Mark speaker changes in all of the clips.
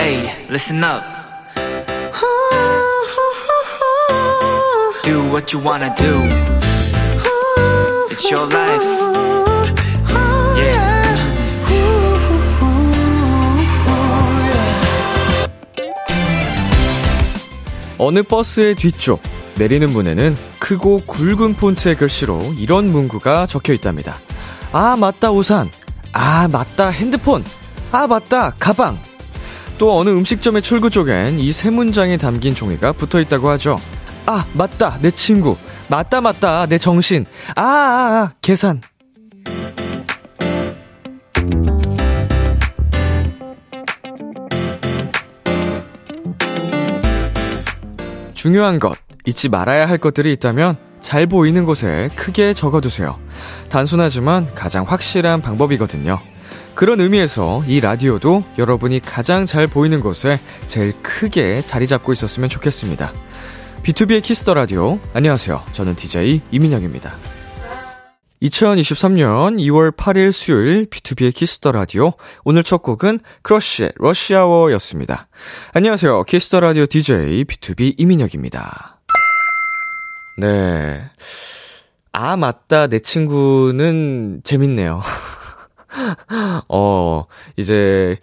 Speaker 1: Hey, listen up. Do what you wanna do. It's your life.
Speaker 2: 어느 버스의 뒤쪽 내리는 문에는 크고 굵은 폰트의 글씨로 이런 문구가 적혀 있답니다. 아, 맞다, 우산. 아, 맞다, 핸드폰. 아, 맞다, 가방. 또 어느 음식점의 출구 쪽엔 이 세 문장이 담긴 종이가 붙어 있다고 하죠. 아, 맞다, 내 친구. 맞다, 맞다, 내 정신. 아, 아, 아 계산. 중요한 것, 잊지 말아야 할 것들이 있다면 잘 보이는 곳에 크게 적어두세요. 단순하지만 가장 확실한 방법이거든요. 그런 의미에서 이 라디오도 여러분이 가장 잘 보이는 곳에 제일 크게 자리 잡고 있었으면 좋겠습니다. B2B의 키스터 라디오. 안녕하세요. 저는 DJ 이민혁입니다. 2023년 2월 8일 수요일 B2B의 키스터 라디오. 오늘 첫 곡은 크러쉬의 러시아워였습니다. 안녕하세요. 키스터 라디오 DJ B2B 이민혁입니다. 네. 아, 맞다. 내 친구는 재밌네요. 어, 이제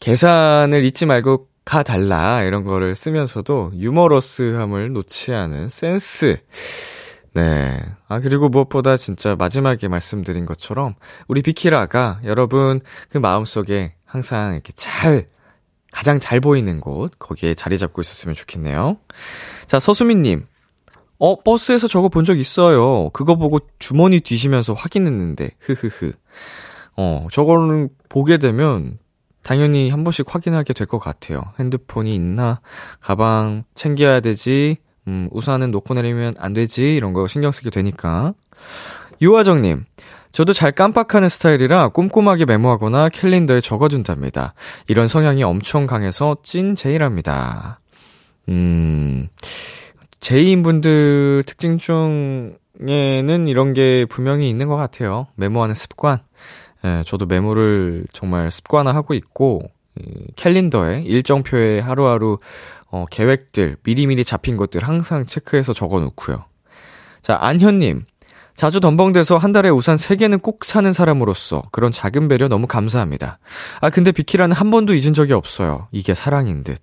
Speaker 2: 계산을 잊지 말고 가달라. 이런 거를 쓰면서도 유머러스함을 놓지 않은 센스. 네. 아, 그리고 무엇보다 진짜 마지막에 말씀드린 것처럼 우리 비키라가 여러분 그 마음속에 항상 이렇게 잘, 가장 잘 보이는 곳, 거기에 자리 잡고 있었으면 좋겠네요. 자, 서수민님. 어, 버스에서 저거 본 적 있어요. 그거 보고 주머니 뒤시면서 확인했는데, 흐흐흐. 어, 저거는 보게 되면 당연히 한 번씩 확인하게 될 것 같아요. 핸드폰이 있나? 가방 챙겨야 되지? 음, 우산은 놓고 내리면 안 되지? 이런 거 신경 쓰게 되니까. 유화정님, 저도 잘 깜빡하는 스타일이라 꼼꼼하게 메모하거나 캘린더에 적어둔답니다. 이런 성향이 엄청 강해서 찐 제이랍니다. 음, 제이인 분들 특징 중에는 이런 게 분명히 있는 것 같아요. 메모하는 습관. 예, 저도 메모를 정말 습관화하고 있고, 이, 캘린더에 일정표에 하루하루 어, 계획들, 미리미리 잡힌 것들 항상 체크해서 적어 놓고요. 자, 안현님. 자주 덤벙대서 한 달에 우산 3개는 꼭 사는 사람으로서 그런 작은 배려 너무 감사합니다. 아, 근데 비키라는 한 번도 잊은 적이 없어요. 이게 사랑인 듯.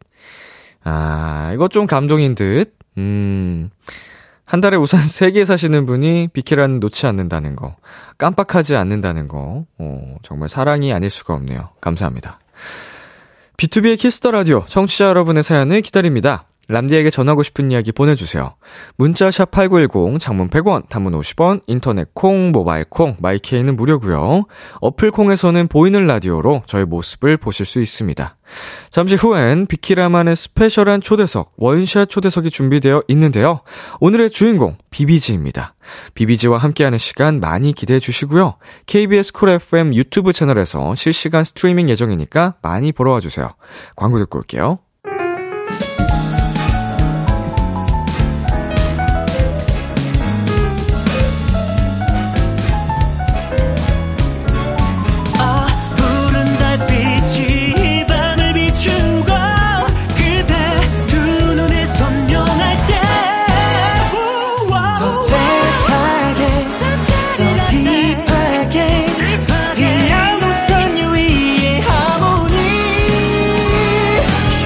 Speaker 2: 아, 이거 좀 감동인 듯. 음. 한 달에 우산 3개 사시는 분이 비키라는 놓지 않는다는 거, 깜빡하지 않는다는 거, 어, 정말 사랑이 아닐 수가 없네요. 감사합니다. B2B의 키스터 라디오 청취자 여러분의 사연을 기다립니다. 람디에게 전하고 싶은 이야기 보내주세요. 문자샵 8910, 장문 100원, 단문 50원, 인터넷 콩, 모바일 콩, 마이케이는 무료고요 어플 콩에서는 보이는 라디오로 저의 모습을 보실 수 있습니다. 잠시 후엔 비키라만의 스페셜한 초대석, 원샷 초대석이 준비되어 있는데요. 오늘의 주인공, 비비지입니다. 비비지와 함께하는 시간 많이 기대해 주시고요. KBS 쿨 FM 유튜브 채널에서 실시간 스트리밍 예정이니까 많이 보러 와주세요. 광고 듣고 올게요.
Speaker 3: Oh,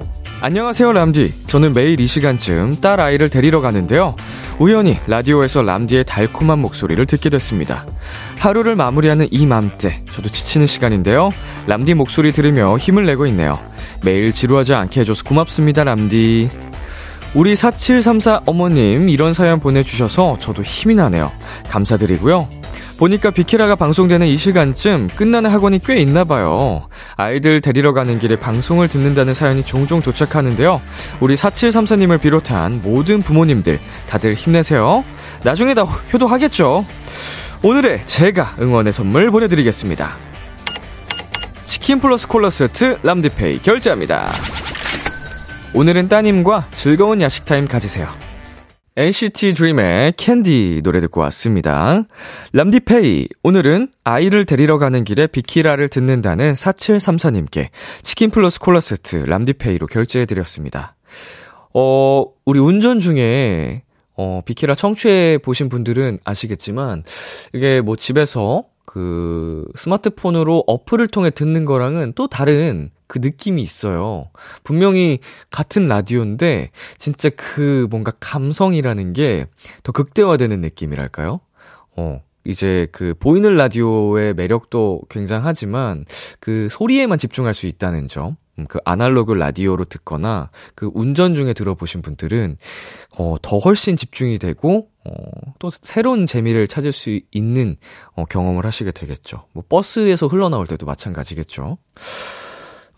Speaker 2: 안녕하세요, 람디. 저는 매일 이 시간쯤 딸 아이를 데리러 가는데요. 우연히 라디오에서 람디의 달콤한 목소리를 듣게 됐습니다. 하루를 마무리하는 이 맘때, 저도 지치는 시간인데요. 람디 목소리 들으며 힘을 내고 있네요. 매일 지루하지 않게 해줘서 고맙습니다, 람디. 우리 4734 어머님, 이런 사연 보내주셔서 저도 힘이 나네요. 감사드리고요. 보니까 비키라가 방송되는 이 시간쯤 끝나는 학원이 꽤 있나 봐요. 아이들 데리러 가는 길에 방송을 듣는다는 사연이 종종 도착하는데요. 우리 4734님을 비롯한 모든 부모님들 다들 힘내세요. 나중에 다 효도하겠죠. 오늘의 제가 응원의 선물 보내드리겠습니다. 치킨 플러스 콜라 세트 람디페이 결제합니다. 오늘은 따님과 즐거운 야식 타임 가지세요. NCT 드림의 캔디 노래 듣고 왔습니다. 람디페이, 오늘은 아이를 데리러 가는 길에 비키라를 듣는다는 4734님께 치킨 플러스 콜라 세트 람디페이로 결제해드렸습니다. 어, 우리 운전 중에, 어, 비키라 청취해 보신 분들은 아시겠지만, 이게 뭐 집에서 그 스마트폰으로 어플을 통해 듣는 거랑은 또 다른 그 느낌이 있어요. 분명히 같은 라디오인데 진짜 그 뭔가 감성이라는 게 더 극대화되는 느낌이랄까요? 어. 이제 그 보이는 라디오의 매력도 굉장하지만 그 소리에만 집중할 수 있다는 점. 음, 그 아날로그 라디오로 듣거나 그 운전 중에 들어보신 분들은 어, 더 훨씬 집중이 되고 어, 또 새로운 재미를 찾을 수 있는 어, 경험을 하시게 되겠죠. 뭐 버스에서 흘러나올 때도 마찬가지겠죠.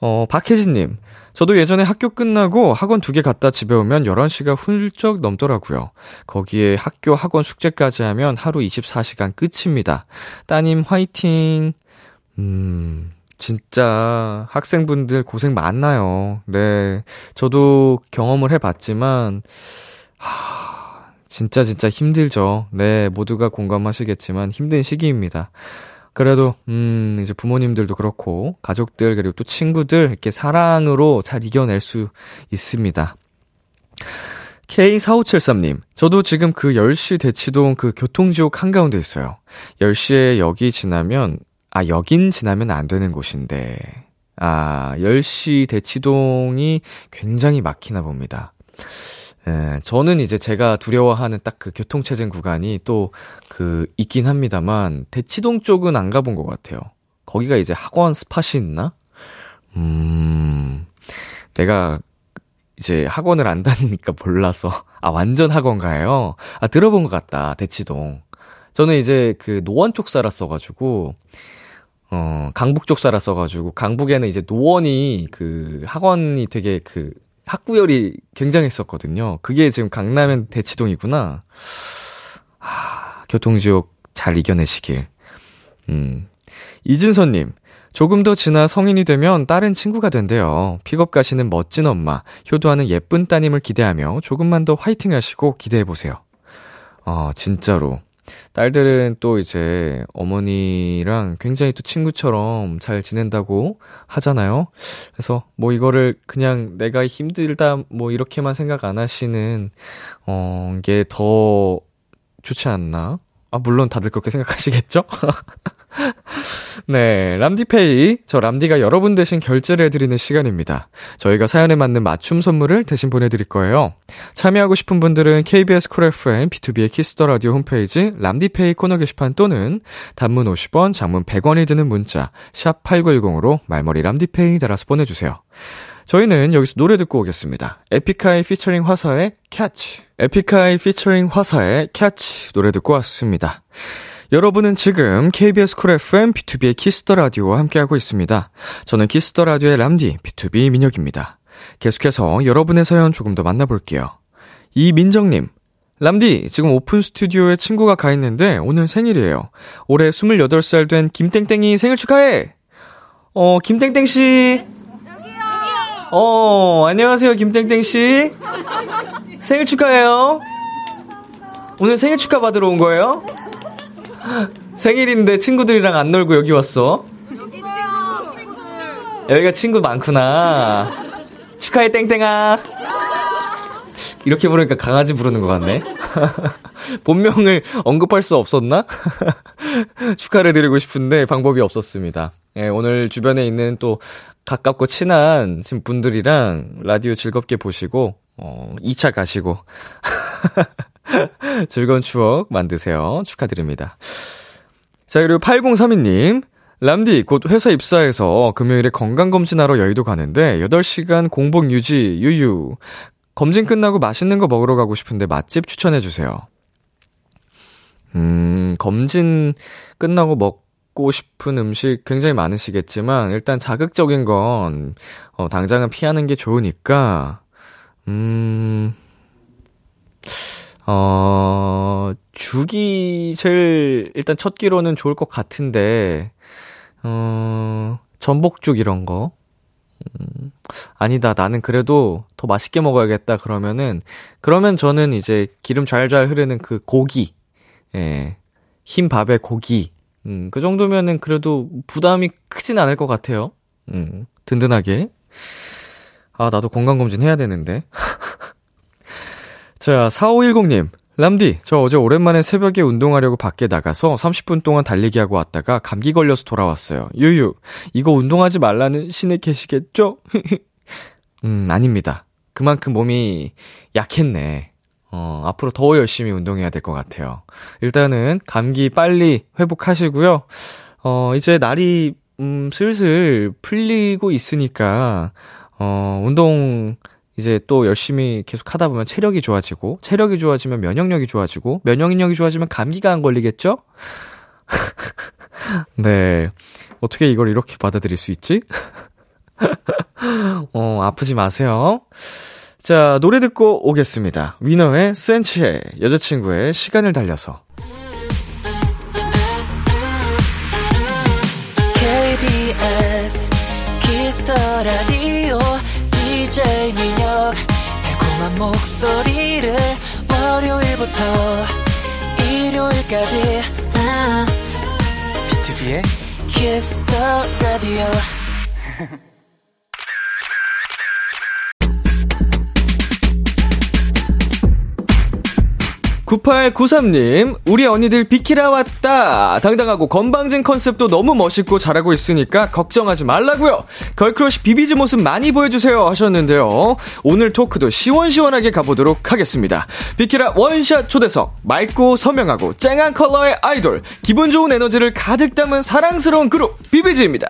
Speaker 2: 어, 박혜진님. 저도 예전에 학교 끝나고 학원 두 개 갔다 집에 오면 11시가 훌쩍 넘더라고요. 거기에 학교 학원 숙제까지 하면 하루 24시간 끝입니다. 따님 화이팅! 음, 진짜 학생분들 고생 많나요. 네. 저도 경험을 해봤지만, 하, 진짜 진짜 힘들죠. 네. 모두가 공감하시겠지만 힘든 시기입니다. 그래도, 음, 이제 부모님들도 그렇고, 가족들, 그리고 또 친구들, 이렇게 사랑으로 잘 이겨낼 수 있습니다. K4573님, 저도 지금 그 10시 대치동 그 교통지옥 한가운데 있어요. 10시에 여기 지나면, 아, 여긴 지나면 안 되는 곳인데, 아, 10시 대치동이 굉장히 막히나 봅니다. 예, 저는 이제 제가 두려워하는 딱 그 교통체증 구간이 또 그 있긴 합니다만, 대치동 쪽은 안 가본 것 같아요. 거기가 이제 학원 스팟이 있나? 음, 내가 이제 학원을 안 다니니까 몰라서. 아, 완전 학원가예요? 아, 들어본 것 같다, 대치동. 저는 이제 그 노원 쪽 살았어가지고, 어, 강북 쪽 살았어가지고, 강북에는 이제 노원이 그 학원이 되게 그 학구열이 굉장했었거든요. 그게 지금 강남엔 대치동이구나. 아, 교통지옥 잘 이겨내시길. 음. 이진선님, 조금 더 지나 성인이 되면 딸은 친구가 된대요. 픽업 가시는 멋진 엄마, 효도하는 예쁜 따님을 기대하며 조금만 더 화이팅 하시고 기대해보세요. 어, 진짜로. 딸들은 또 이제 어머니랑 굉장히 또 친구처럼 잘 지낸다고 하잖아요. 그래서 뭐 이거를 그냥 내가 힘들다 뭐 이렇게만 생각 안 하시는 어, 게 더 좋지 않나? 아, 물론 다들 그렇게 생각하시겠죠? 네, 람디페이. 저 람디가 여러분 대신 결제를 해드리는 시간입니다. 저희가 사연에 맞는 맞춤 선물을 대신 보내드릴 거예요. 참여하고 싶은 분들은 KBS 쿨 FM, B2B의 키스터 라디오 홈페이지, 람디페이 코너 게시판 또는 단문 50원, 장문 100원이 드는 문자, 샵8910으로 말머리 람디페이 달아서 보내주세요. 저희는 여기서 노래 듣고 오겠습니다. 에픽하이 피처링 화사의 캐치. 에픽하이 피처링 화사의 캐치. 노래 듣고 왔습니다. 여러분은 지금 KBS 쿨 FM B2B의 키스터 라디오와 함께하고 있습니다. 저는 키스터 라디오의 람디 B2B 민혁입니다. 계속해서 여러분의 사연 조금 더 만나볼게요. 이민정님, 람디 지금 오픈 스튜디오에 친구가 가 있는데 오늘 생일이에요. 올해 28살 된 김땡땡이 생일 축하해. 어 김땡땡 씨. 어 안녕하세요 김땡땡 씨. 생일 축하해요. 오늘 생일 축하 받으러 온 거예요? 생일인데 친구들이랑 안 놀고 여기 왔어? 여기가 친구 많구나. 축하해, 땡땡아. 이렇게 부르니까 강아지 부르는 것 같네. 본명을 언급할 수 없었나? 축하를 드리고 싶은데 방법이 없었습니다. 예, 오늘 주변에 있는 또 가깝고 친한 지금 분들이랑 라디오 즐겁게 보시고, 어, 2차 가시고. 즐거운 추억 만드세요. 축하드립니다. 자, 그리고 8032님. 람디, 곧 회사 입사해서 금요일에 건강검진하러 여의도 가는데, 8시간 공복 유지, 유유. 검진 끝나고 맛있는 거 먹으러 가고 싶은데 맛집 추천해주세요. 음, 검진 끝나고 먹고 싶은 음식 굉장히 많으시겠지만, 일단 자극적인 건, 어, 당장은 피하는 게 좋으니까, 음, 어, 죽이 제일, 일단 첫 끼로는 좋을 것 같은데, 어, 전복죽 이런 거. 음, 아니다. 나는 그래도 더 맛있게 먹어야겠다. 그러면은, 그러면 저는 이제 기름 좔좔 흐르는 그 고기. 예. 흰 밥에 고기. 음, 그 정도면은 그래도 부담이 크진 않을 것 같아요. 음, 든든하게. 아, 나도 건강검진 해야 되는데. 자, 4510님. 람디, 저 어제 오랜만에 새벽에 운동하려고 밖에 나가서 30분 동안 달리기 하고 왔다가 감기 걸려서 돌아왔어요. 유유, 이거 운동하지 말라는 신의 계시겠죠? 음, 아닙니다. 그만큼 몸이 약했네. 어, 앞으로 더 열심히 운동해야 될 것 같아요. 일단은 감기 빨리 회복하시고요. 어, 이제 날이, 음, 슬슬 풀리고 있으니까, 어, 운동, 이제 또 열심히 계속 하다 보면 체력이 좋아지고, 체력이 좋아지면 면역력이 좋아지고, 면역력이 좋아지면 감기가 안 걸리겠죠? 네. 어떻게 이걸 이렇게 받아들일 수 있지? 어, 아프지 마세요. 자, 노래 듣고 오겠습니다. 위너의 센치의 여자친구의 시간을 달려서.
Speaker 4: KBS 키스터 라디오 DJ 민혁 달콤한 목소리를 월요일부터 일요일까지 아,
Speaker 5: 비투비의
Speaker 4: 키스터 라디오
Speaker 2: 님 우리 언니들 비키라 왔다. 당당하고 건방진 컨셉도 너무 멋있고 잘하고 있으니까 걱정하지 말라고요. 걸크러쉬 비비즈 모습 많이 보여주세요 하셨는데요. 오늘 토크도 시원시원하게 가보도록 하겠습니다. 비키라 원샷 초대석 맑고 선명하고 쨍한 컬러의 아이돌 기분 좋은 에너지를 가득 담은 사랑스러운 그룹 비비즈입니다.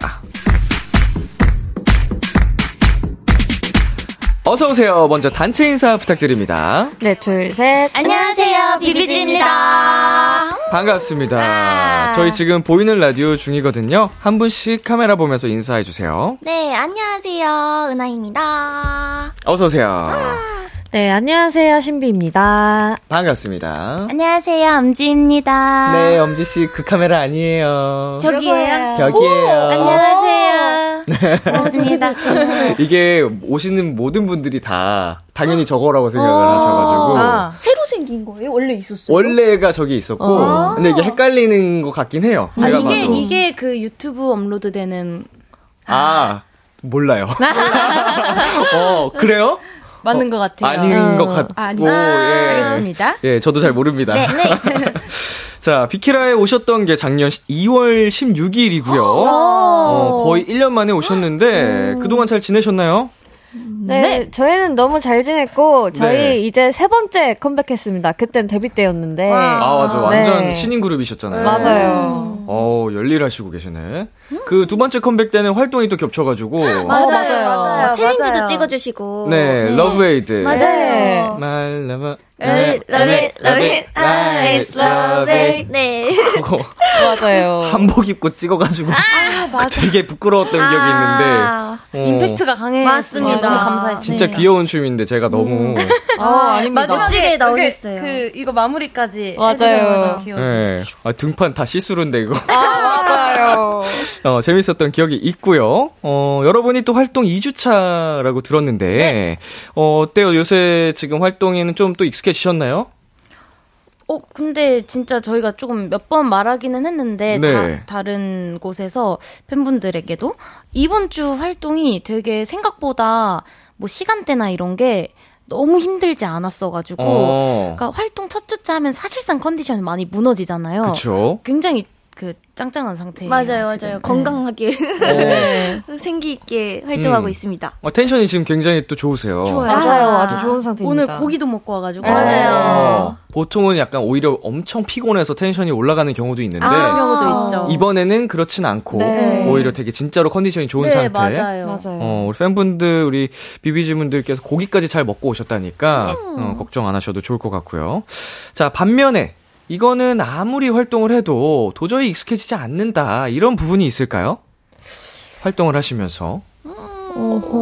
Speaker 2: 어서 오세요. 먼저 단체 인사 부탁드립니다.
Speaker 6: 네, 둘, 셋.
Speaker 7: 안녕하세요, 비비지입니다.
Speaker 2: 반갑습니다.
Speaker 7: 아.
Speaker 2: 저희 지금 보이는 라디오 중이거든요. 한 분씩 카메라 보면서 인사해 주세요.
Speaker 7: 네, 안녕하세요, 은하입니다.
Speaker 2: 어서 오세요.
Speaker 6: 네, 안녕하세요, 신비입니다.
Speaker 2: 반갑습니다.
Speaker 7: 안녕하세요,
Speaker 8: 아.
Speaker 7: 엄지입니다.
Speaker 2: 네, 엄지 씨 그 카메라 아니에요.
Speaker 7: 저기예요.
Speaker 2: 벽이에요.
Speaker 7: 안녕하세요.
Speaker 6: 네. 아,
Speaker 7: 반갑습니다.
Speaker 2: 이게 오시는 모든 분들이 다 당연히 저거라고 생각을 하셔가지고
Speaker 8: 어. 아. 새로 생긴 거예요? 원래 있었어요? 어.
Speaker 2: 원래가 저기 있었고 근데 이게 헷갈리는 것 같긴 해요.
Speaker 8: 아,
Speaker 2: 제가
Speaker 8: 이게
Speaker 2: 봐도. 어.
Speaker 8: 이게 그 유튜브 업로드되는
Speaker 2: 아 몰라요. 어 그래요?
Speaker 8: 맞는 것 같아요.
Speaker 2: 아닌 것 같고
Speaker 8: 아니-
Speaker 2: 예.
Speaker 8: 알겠습니다.
Speaker 2: 예, 저도 잘 모릅니다.
Speaker 7: 네, 네.
Speaker 2: 자, 비키라에 오셨던 게 작년 2월 16일이고요. 어, 거의 1년 만에 오셨는데 그동안 잘 지내셨나요?
Speaker 6: 네, 저희는 너무 잘 지냈고, 저희
Speaker 2: 네.
Speaker 6: 이제 세 번째 컴백했습니다. 그땐 데뷔 때였는데.
Speaker 2: 아, 맞아. 완전
Speaker 6: 네.
Speaker 2: 신인 그룹이셨잖아요.
Speaker 6: 맞아요.
Speaker 2: 어, 열일하시고 계시네. 그 두 번째 컴백 때는 활동이 또 겹쳐 가지고
Speaker 6: 맞아요,
Speaker 7: 어, 챌린지도
Speaker 6: 맞아요.
Speaker 7: 찍어주시고.
Speaker 2: 네, 러브웨이드.
Speaker 6: 맞아요.
Speaker 2: 말라마
Speaker 7: Love it, love it, love it,
Speaker 3: 아,
Speaker 7: I love it. 네.
Speaker 2: 그거
Speaker 8: 어.
Speaker 6: 맞아요.
Speaker 2: 한복 입고 찍어 가지고 그 되게 부끄러웠던
Speaker 7: 아.
Speaker 2: 기억이 있는데. 어,
Speaker 8: 아, 임팩트가 강해.
Speaker 7: 맞습니다.
Speaker 6: 아,
Speaker 8: 너무 감사했어요.
Speaker 2: 진짜 귀여운 춤인데 제가 너무
Speaker 8: 아, 아닙니다.
Speaker 7: 멋지게 나오셨어요.
Speaker 8: 그 이거 마무리까지
Speaker 6: 맞아요.
Speaker 8: 해주셔서 너무 귀여워.
Speaker 2: 예. 아, 등판 다 시스루인데, 이거.
Speaker 8: 아.
Speaker 6: 맞아요.
Speaker 2: 어, 재밌었던 기억이 있고요. 어, 여러분이 또 활동 2주차라고 들었는데,
Speaker 8: 네.
Speaker 2: 어, 어때요? 요새 지금 활동에는 좀 또 익숙해지셨나요?
Speaker 8: 어, 근데 진짜 저희가 조금 몇 번 말하기는 했는데
Speaker 2: 네.
Speaker 8: 다, 른 곳에서 팬분들에게도 이번 주 활동이 되게 생각보다 뭐 시간대나 이런 게 너무 힘들지 않았어가지고
Speaker 2: 어.
Speaker 8: 그러니까 활동 첫 주차 하면 사실상 컨디션이 많이 무너지잖아요.
Speaker 2: 그쵸.
Speaker 8: 굉장히 그 짱짱한 네. 상태.
Speaker 7: 맞아요, 맞아요. 건강하게,
Speaker 8: 네.
Speaker 7: 생기 있게 활동하고
Speaker 2: 음.
Speaker 7: 있습니다.
Speaker 2: 어, 텐션이 지금 굉장히 또 좋으세요.
Speaker 8: 좋아요.
Speaker 6: 맞아요.
Speaker 7: 아.
Speaker 6: 아주 좋은
Speaker 8: 오늘
Speaker 6: 상태입니다.
Speaker 8: 고기도 먹고 와가지고.
Speaker 7: 맞아요.
Speaker 2: 어. 보통은 약간 오히려 엄청 피곤해서 텐션이 올라가는 경우도
Speaker 3: 아,
Speaker 2: 있는데,
Speaker 8: 그런 경우도
Speaker 3: 어.
Speaker 8: 있죠.
Speaker 2: 이번에는 그렇진 않고,
Speaker 6: 네.
Speaker 2: 오히려 되게 진짜로 컨디션이 좋은
Speaker 8: 네,
Speaker 2: 상태.
Speaker 8: 맞아요.
Speaker 6: 맞아요.
Speaker 2: 어, 우리 팬분들, 우리 비비지분들께서 고기까지 잘 먹고 오셨다니까, 어, 걱정 안 하셔도 좋을 것 같고요. 자, 반면에, 이거는 아무리 활동을 해도 도저히 익숙해지지 않는다. 이런 부분이 있을까요? 활동을 하시면서.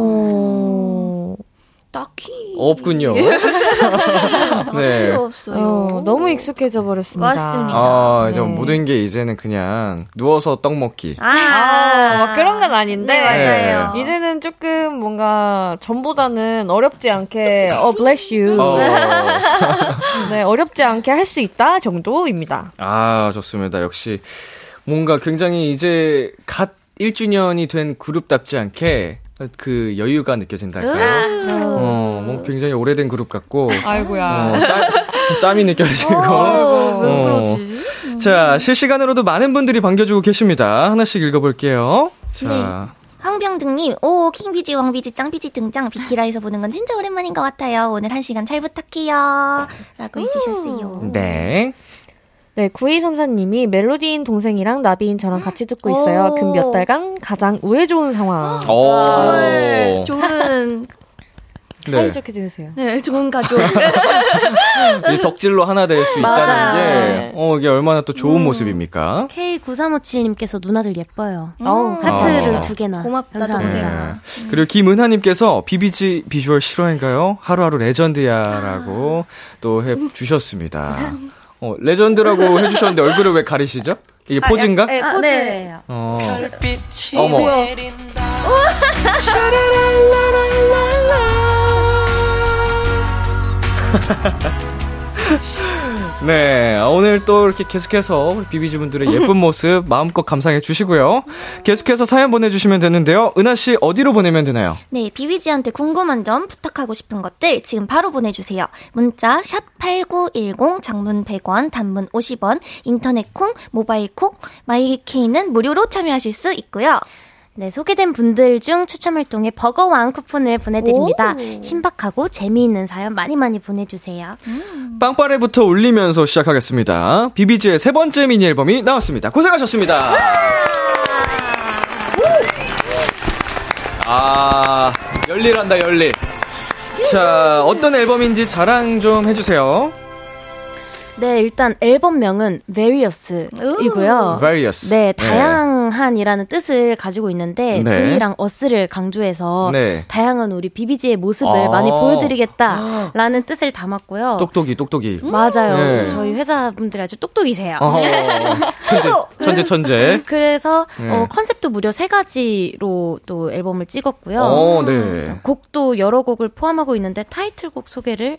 Speaker 6: 오호.
Speaker 7: 딱히
Speaker 2: 없군요. 네.
Speaker 7: 없어요.
Speaker 6: 어, 너무 익숙해져 버렸습니다.
Speaker 7: 맞습니다.
Speaker 2: 아, 이제
Speaker 6: 네.
Speaker 2: 모든 게 이제는 그냥 누워서 떡 먹기.
Speaker 7: 아,
Speaker 6: 아, 막 그런 건 아닌데.
Speaker 7: 네, 맞아요.
Speaker 6: 이제는 조금 뭔가 전보다는 어렵지 않게 어 bless you
Speaker 2: 어,
Speaker 6: 네 어렵지 않게 할 수 있다 정도입니다.
Speaker 2: 아, 좋습니다. 역시 뭔가 굉장히 이제 갓 1주년이 된 그룹답지 않게 그 여유가 느껴진달까요? 어, 뭔가 굉장히 오래된 그룹 같고
Speaker 6: 아이고야.
Speaker 2: 어, 짬, 짬이 느껴지고.
Speaker 7: 왜
Speaker 2: 어.
Speaker 7: 그러지?
Speaker 2: 자, 실시간으로도 많은 분들이 반겨주고 계십니다. 하나씩 읽어볼게요. 자,
Speaker 3: 황병등님, 오, 킹비지, 왕비지, 짱비지 등장. 비키라에서 보는 건 진짜 오랜만인 것 같아요. 오늘 한 시간 잘 부탁해요. 라고 해주셨어요.
Speaker 2: 네.
Speaker 6: 네, 9234님이 멜로디인 동생이랑 나비인 저랑 같이 듣고 있어요. 어. 근 몇 달간 가장 우애 좋은 상황.
Speaker 3: 네.
Speaker 2: 오.
Speaker 7: 좋은
Speaker 6: 사이좋게 지내세요.
Speaker 7: 네 좋은 가족.
Speaker 2: 이 덕질로 하나 될 수 있다는 게,
Speaker 6: 맞아요.
Speaker 2: 어, 이게 얼마나 또 좋은 모습입니까?
Speaker 8: K9357님께서 누나들 예뻐요.
Speaker 6: 어우,
Speaker 8: 하트를
Speaker 2: 아.
Speaker 8: 두 개나.
Speaker 7: 음. 고맙다,
Speaker 8: 감사합니다.
Speaker 7: 동생.
Speaker 2: 네. 그리고 김은하님께서 비비지 비주얼 실화인가요? 하루하루 레전드야라고 또 해주셨습니다. 어, 레전드라고 해주셨는데 얼굴을 왜 가리시죠? 이게 포즈인가?
Speaker 6: 예,
Speaker 8: 네,
Speaker 7: 아, 네.
Speaker 8: 포즈예요.
Speaker 2: 어.
Speaker 4: 빛이
Speaker 2: 어머.
Speaker 4: 내린다
Speaker 2: 네, 오늘 또 이렇게 계속해서 우리 비비지 분들의 예쁜 모습 마음껏 감상해 주시고요. 계속해서 사연 보내주시면 되는데요. 은하 씨 어디로 보내면 되나요?
Speaker 3: 네, 비비지한테 궁금한 점, 부탁하고 싶은 것들 지금 바로 보내주세요. 문자 샵8910, 장문 100원, 단문 50원, 인터넷 콩, 모바일 콩, 마이케이는 무료로 참여하실 수 있고요.
Speaker 8: 네, 소개된 분들 중 추첨 활동에 버거왕 쿠폰을 보내드립니다. 신박하고 재미있는 사연 많이 많이 보내주세요.
Speaker 2: 빵빠레부터 울리면서 시작하겠습니다. 비비지의 세 번째 미니 앨범이 나왔습니다. 고생하셨습니다. 우! 아, 열일한다, 열일. 자, 어떤 앨범인지 자랑 좀 해주세요.
Speaker 8: 네, 일단 앨범명은 Various이고요.
Speaker 2: Various.
Speaker 8: 네, 다양한이라는 뜻을 가지고 있는데
Speaker 2: 네.
Speaker 8: V랑 어스를 강조해서
Speaker 2: 네.
Speaker 8: 다양한 우리 비비지의 모습을
Speaker 2: 아.
Speaker 8: 많이 보여드리겠다라는 뜻을 담았고요.
Speaker 2: 똑똑이, 똑똑이.
Speaker 8: 맞아요.
Speaker 2: 네.
Speaker 8: 저희 회사분들이 아주 똑똑이세요.
Speaker 2: 어허.
Speaker 8: 음?
Speaker 2: 천재,
Speaker 8: 어,
Speaker 2: 천재, 천재.
Speaker 8: 그래서
Speaker 2: 네.
Speaker 8: 어, 컨셉도 무려 세 가지로 또 앨범을 찍었고요.
Speaker 2: 어, 네.
Speaker 8: 곡도 여러 곡을 포함하고 있는데 타이틀곡 소개를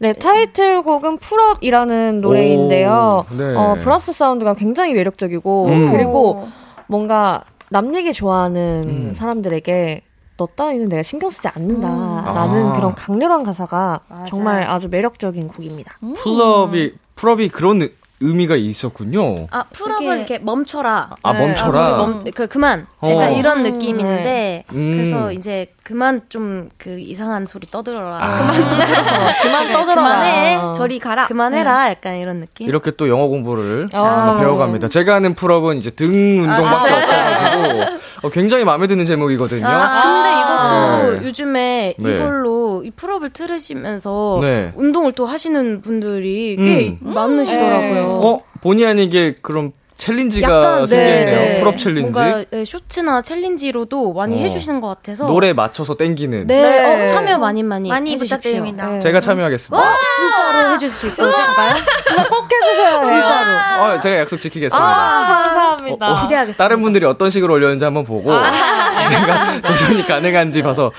Speaker 6: 네, 타이틀곡은 풀업이라는 노래인데요.
Speaker 2: 오, 네.
Speaker 6: 어, 브라스 사운드가 굉장히 매력적이고
Speaker 2: 음.
Speaker 6: 그리고 뭔가 남 얘기 좋아하는
Speaker 2: 음.
Speaker 6: 사람들에게 너 따위는 내가 신경 쓰지 않는다라는
Speaker 2: 아.
Speaker 6: 그런 강렬한 가사가 정말 아주 매력적인 곡입니다.
Speaker 8: 음.
Speaker 2: 풀업이, 풀업이 그런 의- 의미가 있었군요.
Speaker 8: 아 풀업은
Speaker 7: 그게-
Speaker 8: 이렇게 멈춰라.
Speaker 2: 아,
Speaker 6: 네.
Speaker 2: 멈춰라.
Speaker 8: 아, 멈, 그 그만.
Speaker 2: 어.
Speaker 8: 약간 이런
Speaker 6: 음,
Speaker 8: 느낌인데
Speaker 2: 음.
Speaker 8: 그래서 이제 그만 좀 그 이상한 소리 떠들어라.
Speaker 2: 아.
Speaker 6: 그만 떠들어라.
Speaker 8: 그만해.
Speaker 7: 저리 가라.
Speaker 8: 그만해라. 약간 이런 느낌.
Speaker 2: 이렇게 또 영어 공부를
Speaker 6: 아.
Speaker 2: 배워갑니다. 제가 아는 풀업은 이제 등
Speaker 8: 아,
Speaker 2: 운동밖에 없어가지고 어, 굉장히 마음에 드는 제목이거든요.
Speaker 8: 아, 근데 이것도
Speaker 2: 네.
Speaker 8: 요즘에
Speaker 2: 네.
Speaker 8: 이걸로 이 풀업을 틀으시면서
Speaker 2: 네. 음.
Speaker 8: 운동을 또 하시는 분들이 꽤 많으시더라고요.
Speaker 2: 어 본의 아니게 그럼 챌린지가
Speaker 8: 네,
Speaker 2: 생기네요.
Speaker 8: 네.
Speaker 2: 풀업 챌린지
Speaker 8: 뭔가 네, 쇼츠나 챌린지로도 많이
Speaker 2: 어.
Speaker 8: 해주시는 것 같아서
Speaker 2: 노래 맞춰서 땡기는.
Speaker 8: 네,
Speaker 6: 네.
Speaker 8: 어, 참여 많이 많이
Speaker 7: 많이
Speaker 8: 해주십시오.
Speaker 7: 부탁드립니다.
Speaker 6: 네.
Speaker 2: 제가 참여하겠습니다.
Speaker 8: 진짜로 해줄 수 있을까요?
Speaker 6: 진짜 꼭 해주셔야 돼요.
Speaker 8: 진짜로.
Speaker 2: 어, 제가 약속 지키겠습니다.
Speaker 6: 아, 감사합니다.
Speaker 2: 어, 어,
Speaker 8: 기대하겠습니다.
Speaker 2: 다른 분들이 어떤 식으로 올렸는지 한번 보고
Speaker 7: 아.
Speaker 2: 제가 도전이 가능한지 봐서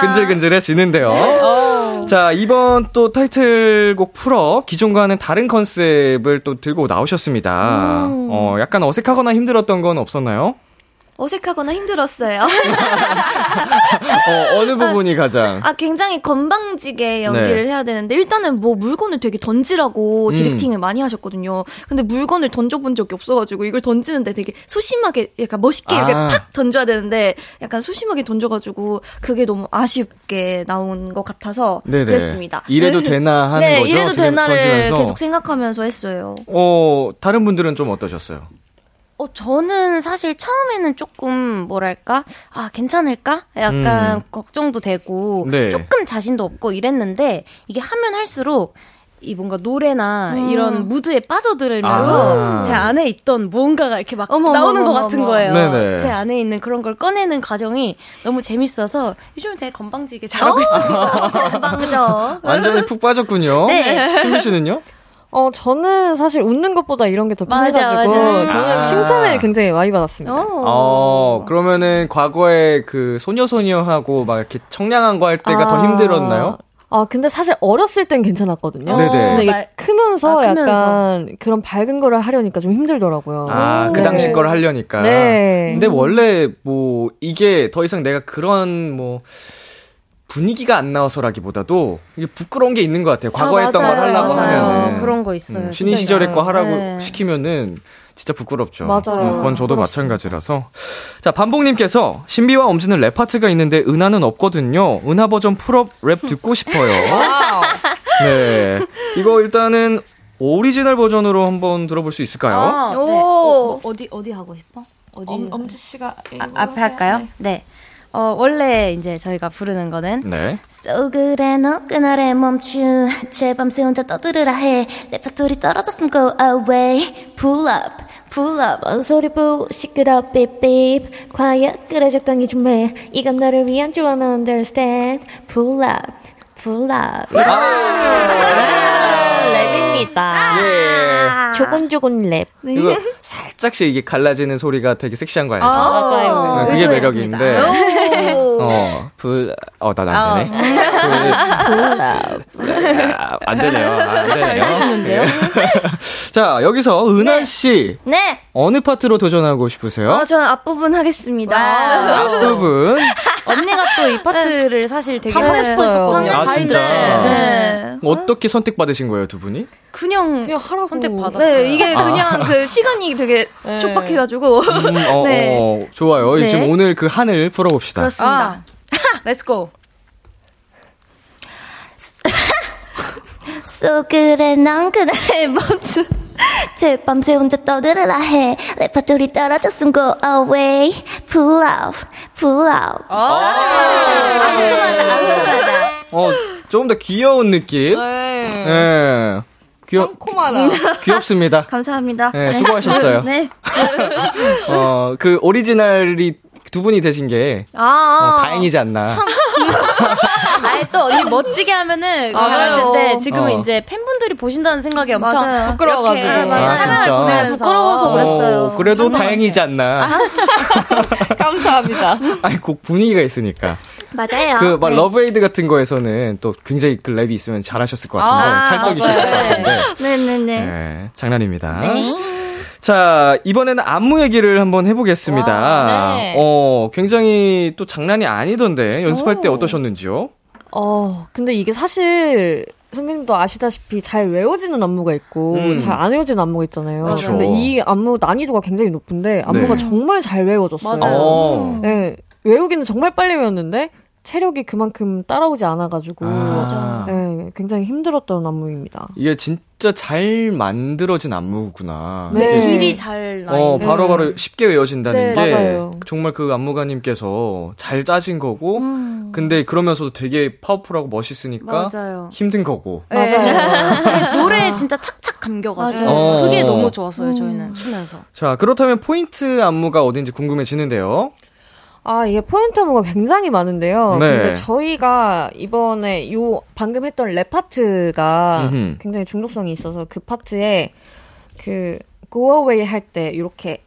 Speaker 7: 어.
Speaker 2: 근질근질해지는데요. 자 이번 또 타이틀곡 풀업 기존과는 다른 컨셉을 또 들고 나오셨습니다.
Speaker 7: 음.
Speaker 2: 어 약간 어색하거나 힘들었던 건 없었나요?
Speaker 7: 어색하거나 힘들었어요.
Speaker 2: 어 어느 부분이 가장
Speaker 7: 아 굉장히 건방지게 연기를
Speaker 2: 네.
Speaker 7: 해야 되는데 일단은 뭐 물건을 되게 던지라고
Speaker 2: 음.
Speaker 7: 디렉팅을 많이 하셨거든요. 근데 물건을 던져본 적이 없어가지고 이걸 던지는데 되게 소심하게 약간 멋있게 이렇게
Speaker 2: 아.
Speaker 7: 팍 던져야 되는데 약간 소심하게 던져가지고 그게 너무 아쉽게 나온 것 같아서
Speaker 2: 네네.
Speaker 7: 그랬습니다.
Speaker 2: 이래도 되나 하는
Speaker 7: 네,
Speaker 2: 거죠?
Speaker 7: 이래도
Speaker 2: 어떻게
Speaker 7: 되나를
Speaker 2: 던지면서.
Speaker 7: 계속 생각하면서 했어요.
Speaker 2: 어 다른 분들은 좀 어떠셨어요?
Speaker 8: 어, 저는 사실 처음에는 조금 뭐랄까 아 괜찮을까 약간
Speaker 2: 음.
Speaker 8: 걱정도 되고
Speaker 2: 네.
Speaker 8: 조금 자신도 없고 이랬는데 이게 하면 할수록 이 뭔가 노래나 이런 무드에 빠져들면서
Speaker 2: 아.
Speaker 8: 제 안에 있던 뭔가가 이렇게 막
Speaker 3: 어머,
Speaker 8: 나오는
Speaker 3: 어머,
Speaker 8: 것 같은
Speaker 3: 어머.
Speaker 8: 거예요.
Speaker 2: 네네.
Speaker 8: 제 안에 있는 그런 걸 꺼내는 과정이 너무 재밌어서 요즘 되게 건방지게 잘하고 있습니다.
Speaker 3: 방정.
Speaker 2: 완전히 푹 빠졌군요.
Speaker 3: 네.
Speaker 2: 신비 씨는요?
Speaker 6: 어, 저는 사실 웃는 것보다 이런 게 더
Speaker 8: 맞아,
Speaker 6: 편해가지고
Speaker 8: 맞아.
Speaker 6: 저는
Speaker 2: 아.
Speaker 6: 칭찬을 굉장히 많이 받았습니다.
Speaker 2: 어, 그러면은 과거에 그 소녀소녀하고 막 이렇게 청량한 거 할 때가 더
Speaker 6: 아.
Speaker 2: 힘들었나요?
Speaker 6: 아, 근데 사실 어렸을 땐 괜찮았거든요.
Speaker 2: 네네.
Speaker 6: 근데 이게
Speaker 8: 말-
Speaker 6: 크면서,
Speaker 8: 아, 크면서.
Speaker 6: 약간 그런 밝은 거를 하려니까 좀 힘들더라고요.
Speaker 2: 아, 그
Speaker 6: 네.
Speaker 2: 당시 걸 하려니까.
Speaker 6: 네.
Speaker 2: 근데 원래 뭐 이게 더 이상 내가 그런 뭐 분위기가 안 나와서라기보다도 이게 부끄러운 게 있는 것 같아요. 과거에 했던 걸
Speaker 8: 맞아요,
Speaker 2: 하려고
Speaker 8: 맞아요.
Speaker 2: 하면은.
Speaker 8: 그런 거 있어요.
Speaker 2: 음, 신인
Speaker 8: 진짜
Speaker 2: 시절에
Speaker 8: 있어요.
Speaker 2: 거 하라고
Speaker 8: 네.
Speaker 2: 시키면은 진짜 부끄럽죠.
Speaker 6: 맞아요.
Speaker 2: 음, 그건 저도 마찬가지라서. 자, 반복님께서 신비와 엄지는 랩 파트가 있는데 은하는 없거든요. 은하 버전 풀업 랩 듣고 싶어요. 네. 이거 일단은 오리지널 버전으로 한번 들어볼 수 있을까요?
Speaker 8: 아, 네.
Speaker 7: 오.
Speaker 8: 어, 디 어디 하고 싶어? 어디
Speaker 6: 씨가
Speaker 8: 아, 앞에 할까요? 네. 어, 원래 이제 저희가 부르는 거는
Speaker 2: 네.
Speaker 3: 쏘 그래 너 그날에 멈춘 제밤새 혼자 떠들으라 해 레퍼토리 떨어졌음 go away pull up pull up
Speaker 9: 뭔 소리 부 시끄러 삐삐 quiet 그래 적당히 좀해 이건 나를 위한 조언 understand pull up pull up 랩입니다
Speaker 2: 예.
Speaker 9: 조곤조곤 랩
Speaker 2: 이거 살짝씩 이게 갈라지는 소리가 되게 섹시한 거 알죠?
Speaker 8: 어,
Speaker 6: 맞아요.
Speaker 2: 네, 그게 매력인데. 어, 불, 어, 난안 되네. 불, 아, 안 되네요. 아, 안 되네요. 예.
Speaker 8: 하시는데요?
Speaker 2: 자, 여기서 은하 씨
Speaker 3: 네
Speaker 2: 어느 파트로 도전하고 싶으세요?
Speaker 7: 아, 저는 앞부분 하겠습니다.
Speaker 2: 앞부분.
Speaker 8: 언니가 또 이 파트를 사실 되게
Speaker 6: 다
Speaker 8: 하고 싶어 했었거든요.
Speaker 2: 아, 진짜.
Speaker 7: 네.
Speaker 2: 어떻게 선택받으신 거예요, 두 분이?
Speaker 8: 그냥
Speaker 6: 그냥 하라고.
Speaker 8: 네, 선택받았어요.
Speaker 7: 네, 이게 그냥 그 시간이 되게 촉박해가지고.
Speaker 2: 아. 네. 음, 어,
Speaker 7: 네.
Speaker 2: 어, 좋아요.
Speaker 7: 네.
Speaker 2: 지금 오늘 그 한을 풀어봅시다.
Speaker 8: 그렇습니다. Let's go.
Speaker 3: 쏘 그래 넌 그날에 멈춘 제밤새 혼자 떠들으라 해 레퍼토리 떨어졌음 go away pull up pull up
Speaker 2: 어, 조금 더 귀여운 느낌.
Speaker 7: 네.
Speaker 2: 예. 귀엽,
Speaker 6: 코마나.
Speaker 2: 귀엽습니다.
Speaker 7: 감사합니다.
Speaker 2: 네, 수고하셨어요.
Speaker 7: 네.
Speaker 2: 어, 그 오리지널이 두 분이 되신 게 어,
Speaker 7: 아.
Speaker 2: 다행이지 않나.
Speaker 8: 아예 또 언니 멋지게 하면은 잘할 텐데 지금은
Speaker 2: 어.
Speaker 8: 이제 팬분들이 보신다는 생각에 엄청
Speaker 7: 맞아요.
Speaker 8: 부끄러워가지고
Speaker 7: 네, 맞아요.
Speaker 2: 아,
Speaker 8: 사랑을
Speaker 2: 진짜.
Speaker 8: 보내면서
Speaker 7: 부끄러워서 그랬어요.
Speaker 2: 어, 그래도 다행이지 않나.
Speaker 6: 감사합니다.
Speaker 2: 아니, 곡 분위기가 있으니까.
Speaker 3: 네, 맞아요
Speaker 2: 그 막 러브에이드 같은 거에서는 또 굉장히 그 랩이 있으면 잘하셨을 것 같은데
Speaker 8: 아,
Speaker 2: 찰떡이셨을 것
Speaker 8: 맞아요.
Speaker 2: 같은데
Speaker 3: 네네네
Speaker 2: 네, 장난입니다. 자 이번에는 안무 얘기를 한번 해보겠습니다.
Speaker 6: 와, 네.
Speaker 2: 어 굉장히 또 장난이 아니던데 연습할 때 어떠셨는지요?
Speaker 6: 어, 근데 이게 사실 선배님도 아시다시피 잘 외워지는 안무가 있고
Speaker 2: 음.
Speaker 6: 잘 안 외워지는 안무가 있잖아요.
Speaker 2: 그렇죠.
Speaker 6: 근데 이 안무 난이도가 굉장히 높은데 안무가
Speaker 2: 네.
Speaker 6: 정말 잘 외워졌어요.
Speaker 8: 맞아요.
Speaker 2: 어.
Speaker 6: 네, 외우기는 정말 빨리 외웠는데 체력이 그만큼 따라오지 않아가지고
Speaker 2: 아,
Speaker 6: 네, 굉장히 힘들었던 안무입니다.
Speaker 2: 이게 진짜 잘 만들어진 안무구나.
Speaker 6: 네.
Speaker 2: 이게
Speaker 8: 일이 잘 나.
Speaker 2: 어,
Speaker 8: 요
Speaker 2: 바로바로 쉽게 외워진다는
Speaker 8: 네,
Speaker 2: 게
Speaker 6: 맞아요.
Speaker 2: 정말 그 안무가님께서 잘 짜신 거고 근데 그러면서도 되게 파워풀하고 멋있으니까
Speaker 8: 음. 맞아요.
Speaker 2: 힘든 거고.
Speaker 8: 맞아요. 노래에 진짜 착착 감겨가지고
Speaker 2: 맞아요.
Speaker 8: 그게
Speaker 2: 어.
Speaker 8: 너무 좋았어요 저희는 추면서.
Speaker 2: 자, 그렇다면 포인트 안무가 어딘지 궁금해지는데요.
Speaker 6: 아, 이게 포인트 안무가 굉장히 많은데요.
Speaker 2: 네.
Speaker 6: 근데 저희가 이번에 요 방금 했던 랩 파트가
Speaker 2: 음흠.
Speaker 6: 굉장히 중독성이 있어서 그 파트에 그 go away 할 때 이렇게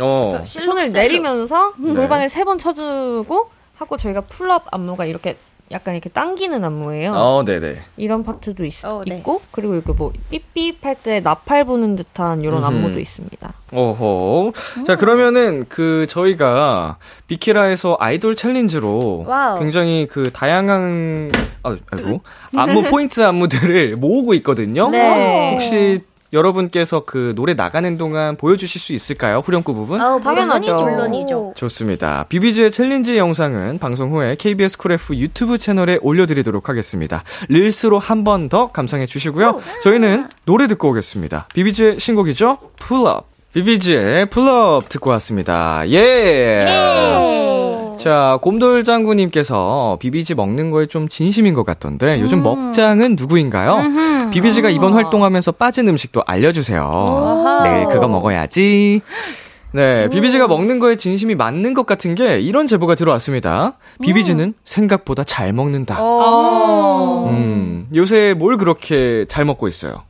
Speaker 2: 어.
Speaker 6: 손을 내리면서
Speaker 2: 네.
Speaker 6: 골반을 세 번 쳐주고 하고 저희가 풀업 안무가 이렇게 약간 이렇게 당기는 안무예요.
Speaker 2: 어, 네네.
Speaker 6: 이런 파트도 있,
Speaker 8: 어, 네.
Speaker 6: 있고 그리고 이렇게 뭐 삐삐 할때 나팔 부는 듯한 이런
Speaker 2: 음흠.
Speaker 6: 안무도 있습니다.
Speaker 2: 어허. 자, 그러면은 그 저희가 비키라에서 아이돌 챌린지로
Speaker 8: 와우.
Speaker 2: 굉장히 그 다양한 아, 아이고. 안무 포인트 안무들을 모으고 있거든요.
Speaker 6: 네.
Speaker 2: 혹시 여러분께서 그 노래 나가는 동안 보여주실 수 있을까요? 후렴구 부분?
Speaker 6: 당연하죠.
Speaker 8: 물론이죠.
Speaker 2: 좋습니다. 비비지의 챌린지 영상은 방송 후에 KBS 쿨 F 유튜브 채널에 올려드리도록 하겠습니다. 릴스로 한 번 더 감상해 주시고요. 저희는 노래 듣고 오겠습니다. 비비지의 신곡이죠? 풀업. 비비지의 풀업 듣고 왔습니다. 예!
Speaker 4: 네.
Speaker 3: 네.
Speaker 2: 자, 곰돌
Speaker 3: 음.
Speaker 2: 장군님께서 비비지 먹는 거에 좀 진심인 것 같던데 요즘 먹장은 누구인가요? 비비지가 이번
Speaker 3: 어.
Speaker 2: 활동하면서 빠진 음식도 알려주세요. 내일 그거 먹어야지.
Speaker 3: 음.
Speaker 2: 네, 비비지가 먹는 거에 진심이 맞는 것 같은 게 이런 제보가 들어왔습니다. 비비지는
Speaker 3: 음.
Speaker 2: 생각보다 잘 먹는다.
Speaker 8: 어.
Speaker 2: 음, 요새 뭘 그렇게 잘 먹고 있어요?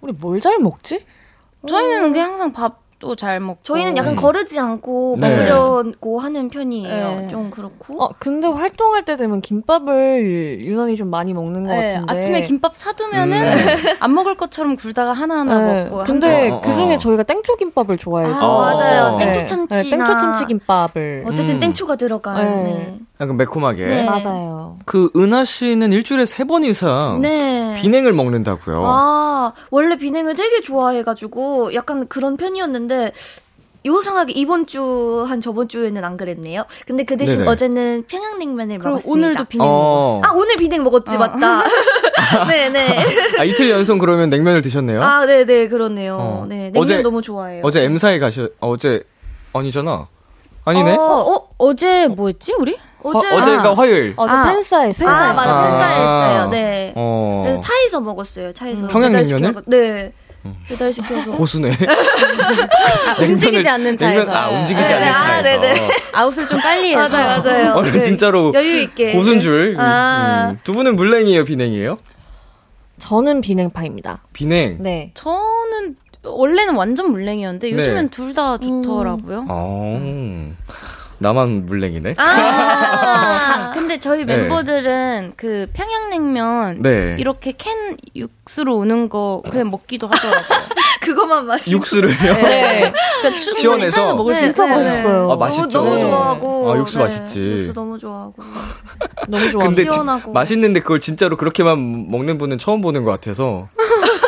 Speaker 6: 우리 뭘 잘 먹지?
Speaker 8: 저희는 그냥 항상 밥도 잘 먹고.
Speaker 3: 저희는 약간
Speaker 2: 음.
Speaker 3: 거르지 않고
Speaker 2: 네.
Speaker 3: 먹으려고 하는 편이에요.
Speaker 8: 네.
Speaker 3: 좀 그렇고.
Speaker 6: 어, 근데 활동할 때 되면 김밥을 유난히 좀 많이 먹는 것
Speaker 8: 네,
Speaker 6: 같은데.
Speaker 8: 아침에 김밥 사두면은 안 먹을 것처럼 굴다가 하나하나
Speaker 6: 네,
Speaker 8: 먹고.
Speaker 6: 근데
Speaker 2: 어, 어,
Speaker 6: 그 중에
Speaker 2: 어.
Speaker 6: 저희가 땡초 김밥을 좋아해서.
Speaker 2: 아, 맞아요.
Speaker 6: 네,
Speaker 3: 땡초 참치나-
Speaker 6: 네, 땡초 참치 김밥을.
Speaker 3: 어쨌든
Speaker 2: 음.
Speaker 3: 땡초가 들어간. 네.
Speaker 6: 네.
Speaker 2: 약간 매콤하게.
Speaker 3: 네.
Speaker 6: 맞아요.
Speaker 2: 그 은하 씨는 일주일에 세 번 이상
Speaker 3: 네.
Speaker 2: 어. 비냉을 어. 먹는다고요.
Speaker 3: 아, 원래 비냉을 되게 좋아해가지고 약간 그런 편이었는데 요상하게 이번 주 한 저번 주에는 안 그랬네요. 근데 그 대신
Speaker 2: 네네.
Speaker 3: 어제는 평양냉면을
Speaker 8: 그리고
Speaker 3: 먹었습니다.
Speaker 8: 오늘도 비냉
Speaker 2: 어.
Speaker 3: 아 오늘 비냉 먹었지 맞다. 네네.
Speaker 2: 아, 이틀 연속 그러면 냉면을 드셨네요.
Speaker 3: 아 네네 그러네요.
Speaker 2: 어.
Speaker 3: 네 냉면
Speaker 2: 어제-
Speaker 3: 너무 좋아해요.
Speaker 2: 어제 M사에 가셔, 어제, 아니잖아. 아니네?
Speaker 8: 어, 어, 어제 뭐였지, 우리?
Speaker 2: 화-
Speaker 3: 어제
Speaker 2: 어제가 화요일.
Speaker 6: 어제
Speaker 8: 아,
Speaker 6: 팬싸했어요.
Speaker 3: 아 맞아
Speaker 2: 아.
Speaker 3: 팬싸했어요. 네.
Speaker 2: 어. 음.
Speaker 3: 그래서 차에서 먹었어요. 차에서
Speaker 2: 평양냉면을? 음.
Speaker 3: 배달시켜- 네. 배달 시켜서.
Speaker 2: 고수네.
Speaker 8: 아,
Speaker 2: 냉면을-
Speaker 8: 움직이지 않는 차에서.
Speaker 2: 냉면, 아, 움직이지
Speaker 3: 네,
Speaker 2: 않는
Speaker 3: 네. 아,
Speaker 2: 차에서.
Speaker 3: 네네.
Speaker 8: 아웃을 좀 빨리 해서.
Speaker 3: 맞아요 맞아요. 네.
Speaker 2: 오늘 어, 진짜로
Speaker 3: 여유 있게.
Speaker 2: 고순 줄.
Speaker 3: 네. 아.
Speaker 2: 음. 두 분은 물냉이에요, 비냉이에요?
Speaker 6: 저는 비냉파입니다.
Speaker 2: 비냉.
Speaker 6: 네.
Speaker 8: 저는 원래는 완전 물냉이었는데
Speaker 2: 네.
Speaker 8: 요즘엔 둘 다 좋더라고요.
Speaker 2: 어. 나만 물냉이네.
Speaker 8: 아, 근데 저희
Speaker 2: 네.
Speaker 8: 멤버들은 그 평양냉면
Speaker 2: 네.
Speaker 8: 이렇게 캔 육수로 오는 거 그냥 먹기도 하더라고요.
Speaker 3: 그거만 마시고. 네,
Speaker 2: 육수를요?
Speaker 8: 네. 그러니까 충분히
Speaker 2: 시원해서?
Speaker 8: 차에서 먹을 수
Speaker 6: 진짜
Speaker 8: 있어요. 네.
Speaker 6: 맛있어요.
Speaker 2: 아, 맛있죠.
Speaker 3: 너무, 너무 좋아하고.
Speaker 2: 아, 육수
Speaker 3: 네,
Speaker 2: 맛있지.
Speaker 3: 육수 너무 좋아하고.
Speaker 6: 너무 좋아.
Speaker 2: 근데 지-
Speaker 3: 시원하고.
Speaker 2: 맛있는데 그걸 진짜로 그렇게만 먹는 분은 처음 보는 것 같아서.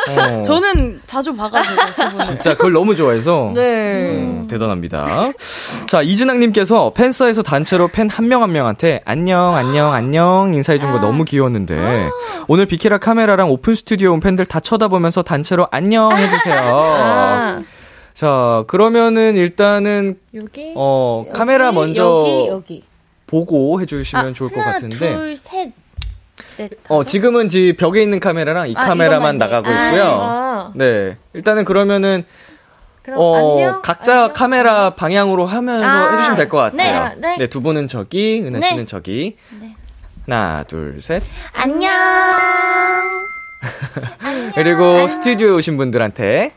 Speaker 2: 어.
Speaker 8: 저는 자주 봐가지고 저분을.
Speaker 2: 진짜 그걸 너무 좋아해서.
Speaker 6: 네.
Speaker 2: 음, 대단합니다. 자, 이진학님께서 팬싸에서 단체로 팬 한 명 한 명한테 안녕, 안녕, 안녕 인사해준 거 너무 귀여웠는데 오늘 비키라 카메라랑 오픈 스튜디오 온 팬들 다 쳐다보면서 단체로 안녕
Speaker 8: 아.
Speaker 2: 해주세요. 자, 그러면은 일단은
Speaker 6: 여기
Speaker 2: 어, 카메라
Speaker 8: 여기,
Speaker 2: 먼저
Speaker 8: 여기 여기.
Speaker 2: 보고 해주시면
Speaker 8: 아,
Speaker 2: 좋을 것
Speaker 8: 하나,
Speaker 2: 같은데.
Speaker 8: 둘, 셋, 네. 넷, 다섯.
Speaker 2: 어, 지금은 지 벽에 있는 카메라랑 이
Speaker 8: 아,
Speaker 2: 카메라만
Speaker 8: 이것만
Speaker 2: 나가고
Speaker 8: 네.
Speaker 2: 있고요.
Speaker 6: 아.
Speaker 2: 네. 일단은 그러면은
Speaker 6: 그럼
Speaker 2: 어,
Speaker 6: 안녕.
Speaker 2: 각자 카메라 방향으로 하면서
Speaker 8: 아,
Speaker 2: 해주시면 될 것
Speaker 8: 네,
Speaker 2: 같아요.
Speaker 8: 아, 네.
Speaker 2: 두 분은 저기, 은하
Speaker 3: 네.
Speaker 2: 씨는 저기. 하나, 둘, 셋.
Speaker 3: 안녕.
Speaker 2: 그리고 스튜디오에 오신 분들한테.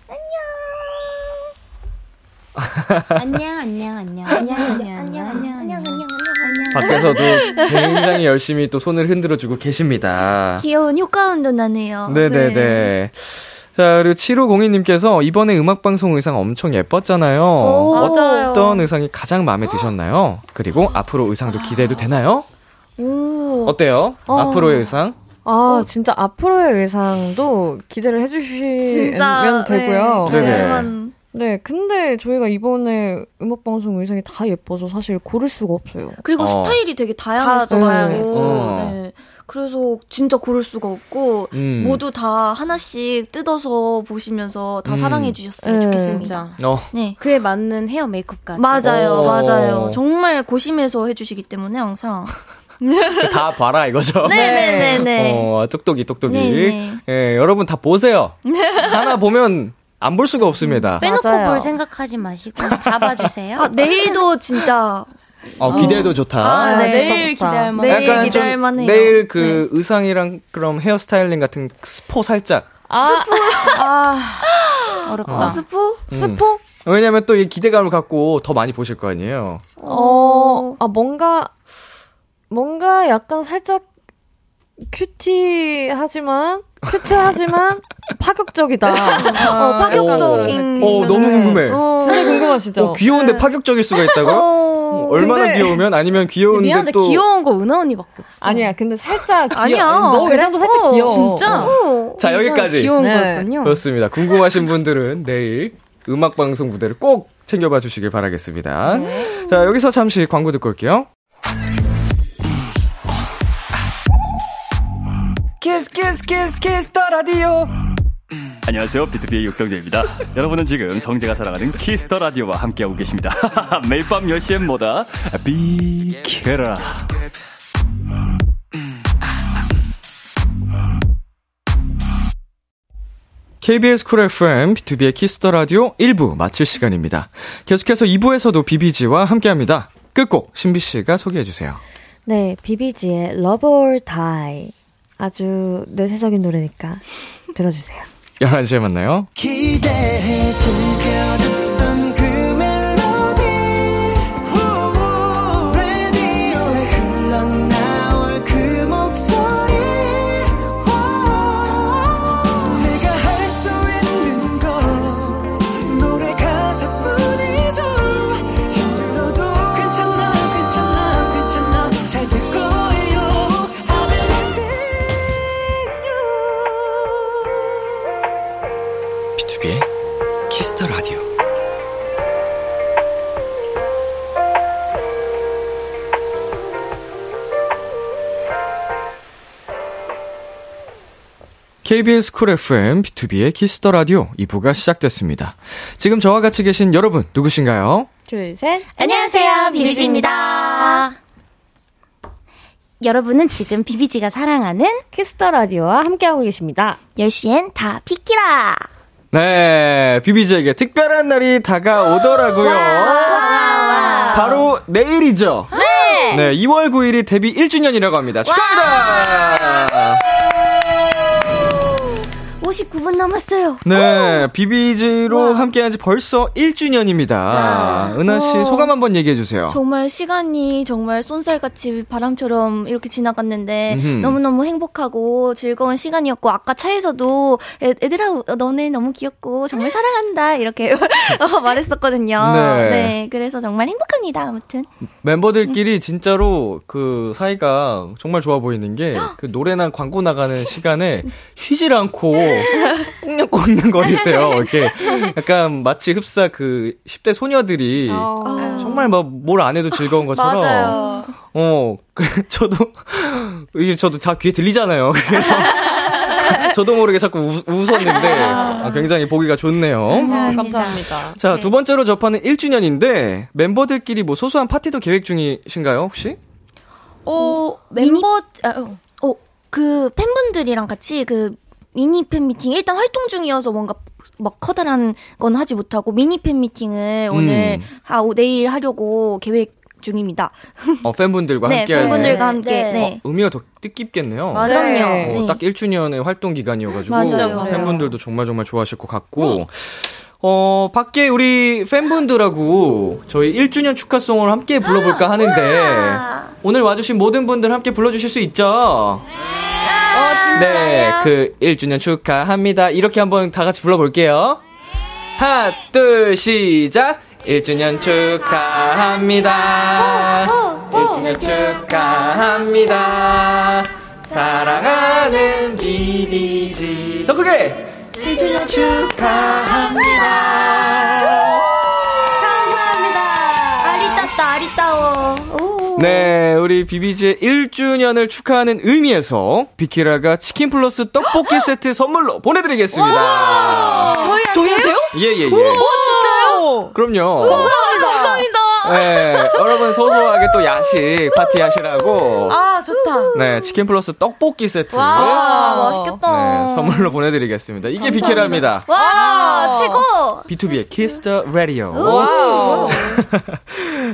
Speaker 9: 안녕 안녕 안녕 안녕 안녕 안녕 안녕 안녕
Speaker 2: 밖에서도 굉장히 열심히 또 손을 흔들어주고 계십니다.
Speaker 3: 귀여운 효과 운동 아, 나네요.
Speaker 2: 네네네. 자, 그리고 7502님께서 이번에 음악방송 의상 엄청 예뻤잖아요.
Speaker 8: 맞아요.
Speaker 2: 어떤 의상이 가장 마음에 드셨나요? 그리고 앞으로 의상도 기대해도 되나요?
Speaker 3: 아. 오.
Speaker 2: 어때요? 앞으로의 의상?
Speaker 6: 아, 진짜 앞으로의 의상도 기대를 음, 해주시면
Speaker 3: 네. 진짜.
Speaker 6: 되고요.
Speaker 3: 네.
Speaker 2: 네네.
Speaker 3: 다양한-
Speaker 6: 네, 근데 저희가 이번에 음악방송 의상이 다 예뻐서 사실 고를 수가 없어요.
Speaker 3: 그리고
Speaker 2: 어.
Speaker 3: 스타일이 되게
Speaker 6: 다
Speaker 3: 다양했어가지고.
Speaker 2: 다양했어.
Speaker 3: 네. 그래서 진짜 고를 수가 없고.
Speaker 2: 음.
Speaker 3: 모두 다 하나씩 뜯어서 보시면서 다
Speaker 2: 음.
Speaker 3: 사랑해 주셨으면
Speaker 6: 네.
Speaker 3: 좋겠습니다.
Speaker 8: 진짜
Speaker 2: 어.
Speaker 3: 네.
Speaker 8: 그에 맞는 헤어 메이크업까지.
Speaker 3: 맞아요,
Speaker 2: 오.
Speaker 3: 맞아요. 정말 고심해서 해주시기 때문에 항상.
Speaker 2: 다 봐라 이거죠.
Speaker 3: 네네네네.
Speaker 2: 어, 똑똑이 똑똑이.
Speaker 3: 네네. 네.
Speaker 2: 예, 여러분 다 보세요. 하나 보면 안 볼 수가 없습니다.
Speaker 8: 빼놓고
Speaker 6: 맞아요.
Speaker 8: 볼 생각하지 마시고 다 봐주세요.
Speaker 3: 아, 내일도 진짜.
Speaker 2: 어, 기대도 좋다.
Speaker 3: 아, 네.
Speaker 8: 내일
Speaker 6: 좋다, 좋다.
Speaker 8: 기대할 만한.
Speaker 3: 내일
Speaker 2: 약간
Speaker 3: 기대할
Speaker 2: 좀
Speaker 3: 만해요. 네.
Speaker 2: 내일 그 의상이랑 그럼 헤어스타일링 같은 스포 살짝.
Speaker 6: 아,
Speaker 8: 어렵다.
Speaker 3: 아, 스포?
Speaker 2: 음.
Speaker 6: 스포?
Speaker 2: 왜냐면 또 이 기대감을 갖고 더 많이 보실 거 아니에요.
Speaker 6: 어, 아, 뭔가, 뭔가 약간 살짝 큐티하지만, 큐티하지만 파격적이다.
Speaker 3: 어, 파격적인.
Speaker 2: 어, 너무 궁금해.
Speaker 3: 어.
Speaker 6: 진짜 궁금하시죠?
Speaker 2: 어, 귀여운데 파격적일 수가 있다고요? 어, 얼마나
Speaker 6: 그렇죠. 근데-
Speaker 2: 귀여우면 아니면 귀여운데
Speaker 8: 미안한데
Speaker 2: 또
Speaker 8: 귀여운 거 은하 언니밖에 없어.
Speaker 6: 아니야, 근데 살짝 귀여
Speaker 3: 아니야.
Speaker 6: 너
Speaker 3: 그래?
Speaker 6: 외상도 살짝
Speaker 3: 어,
Speaker 6: 귀여워.
Speaker 8: 진짜? 어,
Speaker 2: 자, 여기까지.
Speaker 8: 귀여운
Speaker 6: 네.
Speaker 8: 거였군요.
Speaker 2: 그렇습니다. 궁금하신 분들은 내일 음악 방송 무대를 꼭 챙겨봐 주시길 바라겠습니다. 자, 여기서 잠시 광고 듣고 올게요.
Speaker 5: 키스 키스 키스 키스 더 라디오 안녕하세요 비투비의 육성재입니다 여러분은 지금 성재가 사랑하는 키스 더 라디오와 함께하고 계십니다 매일 밤 10시엔 뭐다 비케라
Speaker 2: KBS 쿨 FM, B2B의 키스터 라디오 1부 마칠 시간입니다. 계속해서 2부에서도 비비지와 함께 합니다. 끝곡, 신비씨가 소개해주세요.
Speaker 6: 네, 비비지의 Love or Die. 아주 내세적인 노래니까 들어주세요.
Speaker 2: 11시에 만나요.
Speaker 4: 기대해 즐겨 듣던 그 멜로디 후, 라디오에 흘러나올 그 목소리 와, 내가 할 수 있는 건 노래 가사뿐이죠 힘들어도 괜찮아 괜찮아 괜찮아 잘 될 거예요 I'm loving you
Speaker 1: B2B의 키스터 라디오.
Speaker 2: KBS 쿨 FM, B2B의 키스터 라디오 2부가 시작됐습니다. 지금 저와 같이 계신 여러분, 누구신가요?
Speaker 6: 둘, 셋.
Speaker 8: 안녕하세요, 비비지입니다.
Speaker 3: 여러분은 지금 비비지가 사랑하는
Speaker 6: 키스터 라디오와 함께하고 계십니다.
Speaker 3: 10시엔 다 비키라
Speaker 2: 네, 비비지에게 특별한 날이 다가오더라고요. 바로 내일이죠. 네. 2월 9일이 데뷔 1주년이라고 합니다. 축하합니다.
Speaker 3: 59분 남았어요
Speaker 2: 네, 비비지로 함께한 지 벌써 1주년입니다. 은하 씨
Speaker 7: 와.
Speaker 2: 소감 한번 얘기해 주세요.
Speaker 7: 정말 시간이 정말 쏜살같이 바람처럼 이렇게 지나갔는데
Speaker 2: 음흠.
Speaker 7: 너무너무 행복하고 즐거운 시간이었고 아까 차에서도 애, 들아 너네 너무 귀엽고 정말 사랑한다 이렇게 어, 말했었거든요.
Speaker 2: 네.
Speaker 7: 네. 그래서 정말 행복합니다. 아무튼
Speaker 2: 멤버들끼리 진짜로 그 사이가 정말 좋아 보이는 게 그 노래나 광고 나가는 시간에 쉬질 않고 꽁냥꽁냥 거리세요. 이렇게 약간 마치 흡사 그 10대 소녀들이
Speaker 6: 아,
Speaker 8: 아,
Speaker 2: 정말 막 뭘 안 해도 즐거운 것처럼.
Speaker 6: 어. 맞아요.
Speaker 2: 어, 그래, 저도, 이게 저도 다 귀에 들리잖아요. 그래서. 저도 모르게 자꾸 웃, 웃었는데 아, 굉장히 보기가 좋네요.
Speaker 6: 감사합니다.
Speaker 2: 자, 두 번째로 접하는 1주년인데 멤버들끼리 뭐 소소한 파티도 계획 중이신가요, 혹시?
Speaker 7: 어,
Speaker 3: 멤버 어, 그 팬분들이랑 같이 그 미니 팬미팅 일단 활동 중이어서 뭔가 막 커다란 건 하지 못하고 미니 팬미팅을 오늘
Speaker 2: 음.
Speaker 3: 하 내일 하려고 계획 중입니다.
Speaker 2: 어, 팬분들과
Speaker 3: 네,
Speaker 2: 함께 할 때. 어,
Speaker 3: 팬분들과 함께.
Speaker 8: 네.
Speaker 3: 네.
Speaker 2: 의미가 더 뜻깊겠네요.
Speaker 8: 맞아요.
Speaker 2: 어,
Speaker 6: 그럼요.
Speaker 3: 네.
Speaker 2: 딱 1주년의 활동 기간이어가지고
Speaker 3: 맞아요. 네.
Speaker 6: 그래요.
Speaker 2: 팬분들도 정말 정말 좋아하실 것 같고 어 밖에 우리 팬분들하고 저희 1주년 축하송을 함께
Speaker 3: 아,
Speaker 2: 불러볼까 하는데 오늘 와주신 모든 분들 함께 불러주실 수 있죠?
Speaker 3: 어,
Speaker 2: 네, 그 1주년 축하합니다. 이렇게 한번 다 같이 불러볼게요. 하나, 둘, 시작! 1주년 축하합니다. 1주년 축하합니다. 사랑하는 비비지. 더 크게! 1주년 축하합니다.
Speaker 3: 감사합니다. 아리따따 아리따워. 오.
Speaker 2: 네, 우리 비비지의 1주년을 축하하는 의미에서 비키라가 치킨 플러스 떡볶이 세트 선물로 보내드리겠습니다.
Speaker 7: 저희한테요?
Speaker 2: 예예예. 진짜요? 그럼요.
Speaker 7: 감사합니다.
Speaker 2: 네, 여러분 소소하게 또 야식 파티 하시라고.
Speaker 7: 아 좋다.
Speaker 2: 네, 치킨 플러스 떡볶이 세트.
Speaker 7: 와,
Speaker 3: 맛있겠다.
Speaker 2: 네, 선물로 보내드리겠습니다. 이게 비키라입니다.
Speaker 7: 아.
Speaker 3: 와 최고.
Speaker 2: B2B의 Kiss the Radio.
Speaker 6: 와우.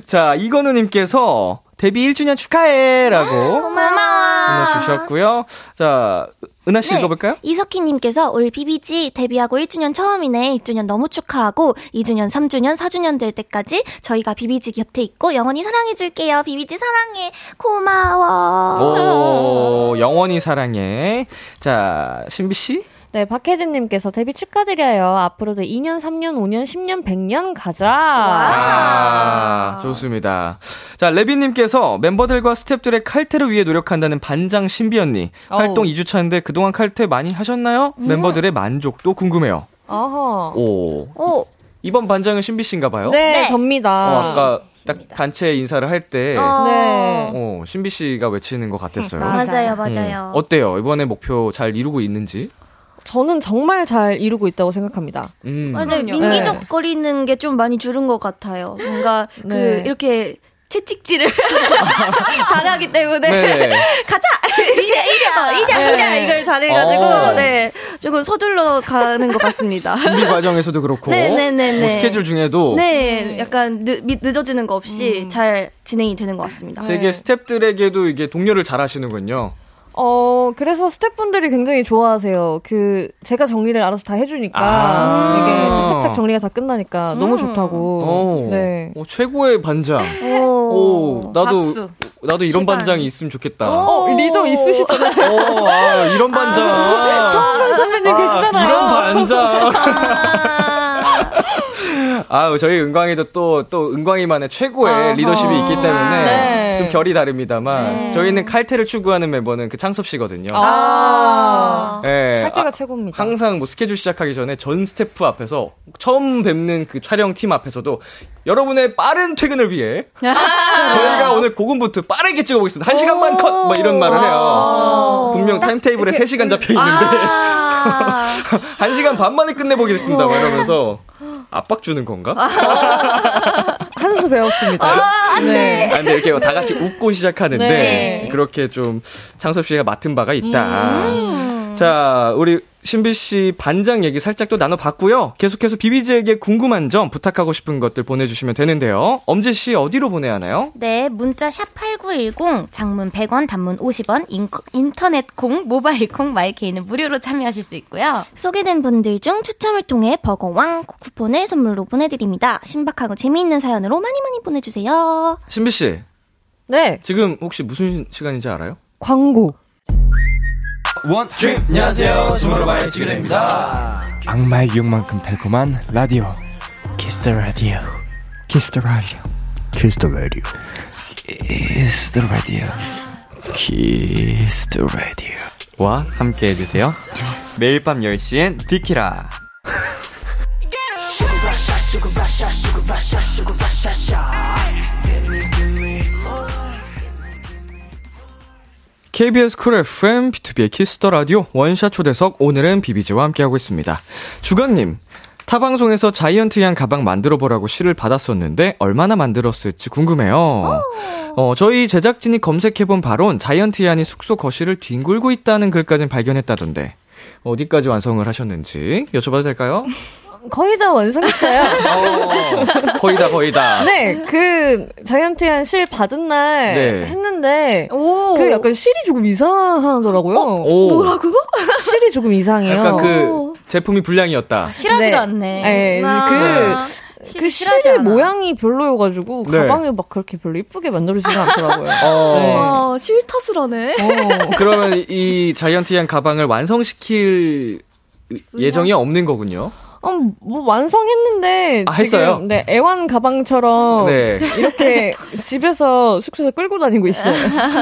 Speaker 2: 자, 이건우님께서 데뷔 1주년 축하해라고
Speaker 3: 고마워.
Speaker 2: 보내주셨고요. 자, 은하 씨
Speaker 3: 네.
Speaker 2: 읽어볼까요?
Speaker 3: 이석희님께서 올 BBG 데뷔하고 1주년 처음이네. 1주년 너무 축하하고 2주년, 3주년, 4주년 될 때까지 저희가 BBG 곁에 있고 영원히 사랑해줄게요. BBG 사랑해.
Speaker 2: 어,
Speaker 3: 고마워.
Speaker 2: 오, 영원히 사랑해. 자, 신비 씨.
Speaker 6: 네, 박혜진님께서 데뷔 축하드려요. 앞으로도 2년, 3년, 5년, 10년, 100년 가자.
Speaker 2: 아, 좋습니다. 자, 레빈님께서 멤버들과 스탭들의 칼퇴를 위해 노력한다는 반장 신비 언니. 활동 2주 차인데 그동안 칼퇴 많이 하셨나요? 멤버들의 만족도 궁금해요.
Speaker 6: 어허.
Speaker 2: 오.
Speaker 3: 오.
Speaker 2: 이번 반장은 신비 씨인가 봐요?
Speaker 6: 네,
Speaker 3: 네.
Speaker 6: 접니다.
Speaker 2: 어, 아까 딱 단체 인사를 할 때,
Speaker 3: 어.
Speaker 6: 네.
Speaker 2: 어, 신비 씨가 외치는 것 같았어요.
Speaker 3: 맞아요,
Speaker 2: 음,
Speaker 3: 맞아요.
Speaker 2: 어때요? 이번에 목표 잘 이루고 있는지?
Speaker 6: 저는 정말 잘 이루고 있다고 생각합니다.
Speaker 2: 음.
Speaker 3: 맞아요.
Speaker 7: 그럼요.
Speaker 3: 민기적거리는 게 좀 많이 줄은 것 같아요. 뭔가 그
Speaker 6: 네.
Speaker 3: 이렇게 채찍질을 잘하기 때문에
Speaker 2: 네.
Speaker 3: 어,
Speaker 7: 아. 네.
Speaker 3: 가자 이랴 이랴 이랴 이랴 이걸 잘해가지고
Speaker 2: 어.
Speaker 3: 네
Speaker 7: 조금 서둘러 가는 것 같습니다.
Speaker 2: 준비 과정에서도 그렇고
Speaker 7: 네, 네, 네,
Speaker 2: 뭐
Speaker 7: 네.
Speaker 2: 스케줄 중에도
Speaker 7: 네, 음. 약간 늦, 미- 늦어지는 거 없이 잘 진행이 되는 것 같습니다.
Speaker 2: 되게 스탭들에게도 이게 동료를 잘 하시는군요.
Speaker 6: 어, 그래서 스태프분들이 굉장히 좋아하세요. 그, 제가 정리를 알아서 다 해주니까.
Speaker 2: 아.
Speaker 6: 이게 착착착 정리가 다 끝나니까 너무 좋다고.
Speaker 2: 오,
Speaker 6: 네.
Speaker 2: 오, 어. 최고의 반장.
Speaker 7: 오.
Speaker 2: 오, 나도
Speaker 8: 박수.
Speaker 2: 나도 이런
Speaker 7: 제발.
Speaker 2: 반장이 있으면 좋겠다.
Speaker 6: 어, 리더 있으시잖아요.
Speaker 2: 오, 아, 이런 반장.
Speaker 6: 서하는 아, 선배님 계시잖아요.
Speaker 2: 이런 반장.
Speaker 7: 아,
Speaker 2: 아, 저희 은광이도 또, 또 은광이만의 최고의
Speaker 6: 아하.
Speaker 2: 리더십이 있기 때문에
Speaker 6: 네.
Speaker 2: 좀 결이 다릅니다만 저희는 칼퇴를 추구하는 멤버는 그 창섭 씨거든요.
Speaker 6: 아.
Speaker 2: 예.
Speaker 6: 할 때가
Speaker 2: 아,
Speaker 6: 최고입니다.
Speaker 2: 항상 뭐 스케줄 시작하기 전에 전 스태프 앞에서 처음 뵙는 그 촬영 팀 앞에서도 여러분의 빠른 퇴근을 위해
Speaker 6: 아,
Speaker 2: 저희가 오늘 고군분투 빠르게 찍어보겠습니다. 한 시간만 컷! 뭐 이런 말을
Speaker 6: 아.
Speaker 3: 어.
Speaker 2: 해요. 분명 타임테이블에 세 3시간 잡혀있는데
Speaker 7: 아.
Speaker 2: 한 시간 반 만에 끝내보겠습니다. 막 이러면서 압박 주는 건가?
Speaker 6: 한 수 배웠습니다. 아, 안 돼.
Speaker 2: 아니, 이렇게 다 같이 웃고 시작하는데
Speaker 6: 네.
Speaker 2: 그렇게 좀 창섭 씨가 맡은 바가 있다. 자, 우리 신비 씨 반장 얘기 살짝 또 나눠봤고요. 계속해서 비비지에게 궁금한 점 부탁하고 싶은 것들 보내주시면 되는데요. 엄지 씨 어디로 보내야 하나요?
Speaker 8: 네, 문자 샵8910, 장문 100원, 단문 50원, 인, 인터넷 콩, 모바일 콩, 마이케이는 무료로 참여하실 수 있고요.
Speaker 3: 소개된 분들 중 추첨을 통해 버거왕 쿠폰을 선물로 보내드립니다. 신박하고 재미있는 사연으로 많이 많이 보내주세요.
Speaker 2: 신비 씨
Speaker 6: 네.
Speaker 2: 지금 혹시 무슨 시간인지 알아요?
Speaker 6: 광고.
Speaker 10: 원, 주 네, 안녕하세요. 투모로우바이 지그레입니다. 악마의 유혹만큼 달콤한 라디오. 키스터 라디오. 키스터 라디오. 키스터 라디오. 키스터 라디오. 키스터 라디오.
Speaker 1: 와 함께 해주세요. 매일 밤 10시엔 비키라.
Speaker 2: KBS 쿨 FM B2B의 키스터 라디오 원샷 초대석 오늘은 비비지와 함께하고 있습니다. 주간님 타 방송에서 자이언트 양 가방 만들어 보라고 시를 받았었는데 얼마나 만들었을지 궁금해요. 어, 저희 제작진이 검색해본 바론 자이언트 양이 숙소 거실을 뒹굴고 있다는 글까지 발견했다던데 어디까지 완성을 하셨는지 여쭤봐도 될까요?
Speaker 6: 거의 다 완성했어요.
Speaker 2: 어, 거의 다 거의 다.
Speaker 6: 네, 그, 자이언트 한실 받은 날
Speaker 2: 네.
Speaker 6: 했는데,
Speaker 7: 오.
Speaker 2: 어.
Speaker 6: 그 약간 실이 조금 이상하더라고요.
Speaker 2: 오,
Speaker 6: 실이 조금 이상해요.
Speaker 2: 어? 약간 그 제품이 불량이었다.
Speaker 8: 실하지가
Speaker 6: 네,
Speaker 8: 않네. 아.
Speaker 6: 그, 그
Speaker 8: 실하지
Speaker 6: 실의
Speaker 8: 않아.
Speaker 6: 모양이 별로여가지고,
Speaker 2: 네.
Speaker 6: 가방에 막 그렇게 별로 이쁘게 만들어지지가 않더라고요.
Speaker 2: 어.
Speaker 7: 아, 실타스라네.
Speaker 3: 어?
Speaker 2: 그러면 이 자이언트 양 가방을 완성시킬 예정이 없는 거군요.
Speaker 6: 어, 뭐, 완성했는데,
Speaker 2: 아,
Speaker 6: 지금,
Speaker 2: 했어요?
Speaker 6: 네, 애완 가방처럼,
Speaker 2: 네.
Speaker 6: 이렇게 집에서 숙소에서 끌고 다니고 있어요.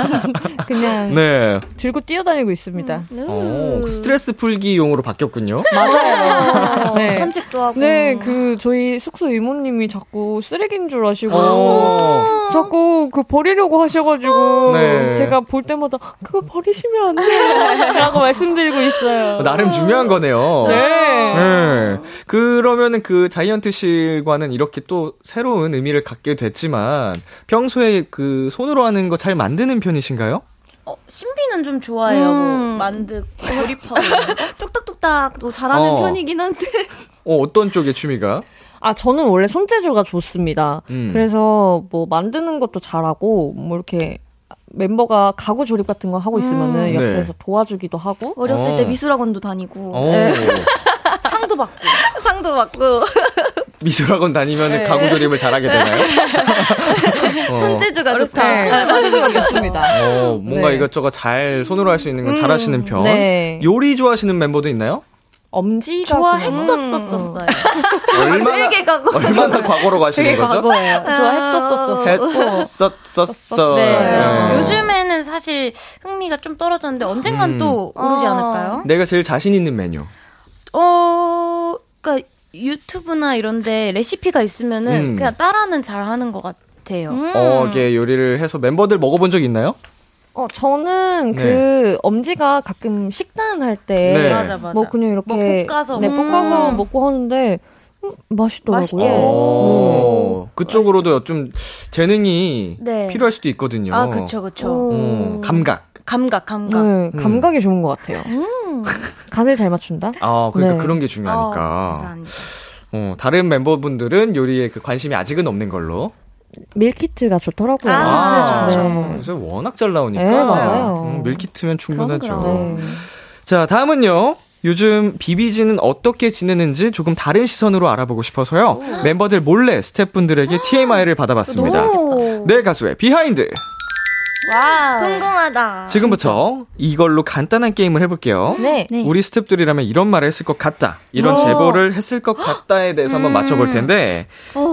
Speaker 6: 그냥,
Speaker 2: 네.
Speaker 6: 들고 뛰어다니고 있습니다.
Speaker 7: 음, 네.
Speaker 2: 어, 그 스트레스 풀기용으로 바뀌었군요.
Speaker 6: 맞아요. 네.
Speaker 7: 어, 산책도 하고.
Speaker 6: 네, 그 저희 숙소 이모님이 자꾸 쓰레기인 줄 아시고
Speaker 2: 어.
Speaker 6: 자꾸 그 버리려고 하셔가지고
Speaker 2: 네.
Speaker 6: 제가 볼 때마다 그거 버리시면 안 돼요라고 말씀드리고 있어요.
Speaker 2: 나름 중요한 거네요.
Speaker 6: 네.
Speaker 2: 네. 그러면은 그 자이언트 실과는 이렇게 또 새로운 의미를 갖게 됐지만 평소에 그 손으로 하는 거 잘 만드는 편이신가요?
Speaker 8: 어, 신비는 좀 좋아해요.
Speaker 6: 음.
Speaker 8: 뭐 만드,
Speaker 6: 어.
Speaker 8: 조립하고.
Speaker 7: 뚝딱뚝딱도 잘하는
Speaker 2: 어.
Speaker 7: 편이긴 한데.
Speaker 2: 어, 어떤 쪽의 취미가?
Speaker 6: 아 저는 원래 손재주가 좋습니다.
Speaker 2: 음.
Speaker 6: 그래서 뭐 만드는 것도 잘하고 뭐 이렇게 멤버가 가구 조립 같은 거 하고 있으면은
Speaker 2: 음.
Speaker 6: 옆에서
Speaker 2: 네.
Speaker 6: 도와주기도 하고
Speaker 7: 어렸을
Speaker 2: 어.
Speaker 7: 때 미술학원도 다니고.
Speaker 2: 어.
Speaker 8: 상도 받고.
Speaker 7: 상도 받고.
Speaker 2: 미술학원 다니면 은 가구 조립을 잘하게 되나요? 어.
Speaker 7: 손재주가
Speaker 6: 네,
Speaker 7: 좋다.
Speaker 6: 손재주가 좋습니다.
Speaker 2: 어, 뭔가
Speaker 6: 네.
Speaker 2: 이것저것 잘 손으로 할 수 있는 건 잘하시는 편.
Speaker 6: 네.
Speaker 2: 요리 좋아하시는 멤버도 있나요?
Speaker 6: 엄지가 음. 그냥-
Speaker 8: 좋아했었었어요.
Speaker 2: 얼마나
Speaker 8: 되게 과거.
Speaker 2: 얼마나 과거로 가시는
Speaker 8: 되게
Speaker 2: 거죠?
Speaker 8: 과거예요. 좋아했었었었고.
Speaker 2: 했었었어.
Speaker 8: 네.
Speaker 2: 네.
Speaker 8: 요즘에는 사실 흥미가 좀 떨어졌는데 언젠간
Speaker 2: 음.
Speaker 8: 또 오르지
Speaker 7: 어.
Speaker 8: 않을까요?
Speaker 2: 내가 제일 자신 있는 메뉴.
Speaker 8: 어, 그니까 유튜브나 이런데 레시피가 있으면은
Speaker 2: 음.
Speaker 8: 그냥 따라는 잘 하는 것 같아요.
Speaker 2: 어, 이게 요리를 해서 멤버들 먹어본 적 있나요?
Speaker 6: 어, 저는
Speaker 2: 네.
Speaker 6: 그 엄지가 가끔 식단 할 때 뭐
Speaker 2: 네.
Speaker 8: 맞아, 맞아.
Speaker 6: 그냥 이렇게
Speaker 8: 뭐 볶아서
Speaker 6: 네,
Speaker 8: 먹고.
Speaker 6: 볶아서 먹고 하는데 음, 맛있더라고요.
Speaker 8: 맛있게.
Speaker 2: 어. 오. 어. 그쪽으로도 좀 재능이
Speaker 8: 네.
Speaker 2: 필요할 수도 있거든요.
Speaker 8: 아, 그쵸, 그쵸.
Speaker 2: 음, 감각.
Speaker 8: 감각,
Speaker 6: 네,
Speaker 8: 감각.
Speaker 6: 감각이 좋은 것 같아요.
Speaker 8: 음.
Speaker 6: 간을 잘 맞춘다?
Speaker 2: 아, 그러니까
Speaker 6: 네.
Speaker 2: 그런 게 중요하니까.
Speaker 6: 어, 감사합니다.
Speaker 2: 어, 다른 멤버분들은 요리에 그 관심이 아직은 없는 걸로.
Speaker 6: 밀키트가
Speaker 8: 아,
Speaker 6: 아, 좋더라고요.
Speaker 2: 아. 그래서 워낙 잘 나오니까.
Speaker 6: 네, 맞아요. 네.
Speaker 2: 음, 밀키트면 충분하죠.
Speaker 6: 그럼, 그럼.
Speaker 2: 자, 다음은요. 요즘 비비지는 어떻게 지내는지 조금 다른 시선으로 알아보고 싶어서요. 멤버들 몰래 스태프분들에게 TMI를 받아봤습니다.
Speaker 3: 너무-
Speaker 2: 내 가수의 비하인드.
Speaker 3: 와 궁금하다.
Speaker 2: 지금부터 이걸로 간단한 게임을 해볼게요.
Speaker 3: 네. 네.
Speaker 2: 우리 스탭들이라면 이런 말을 했을 것 같다. 이런
Speaker 3: 오.
Speaker 2: 제보를 했을 것 같다에 대해서 한번 맞춰볼 텐데,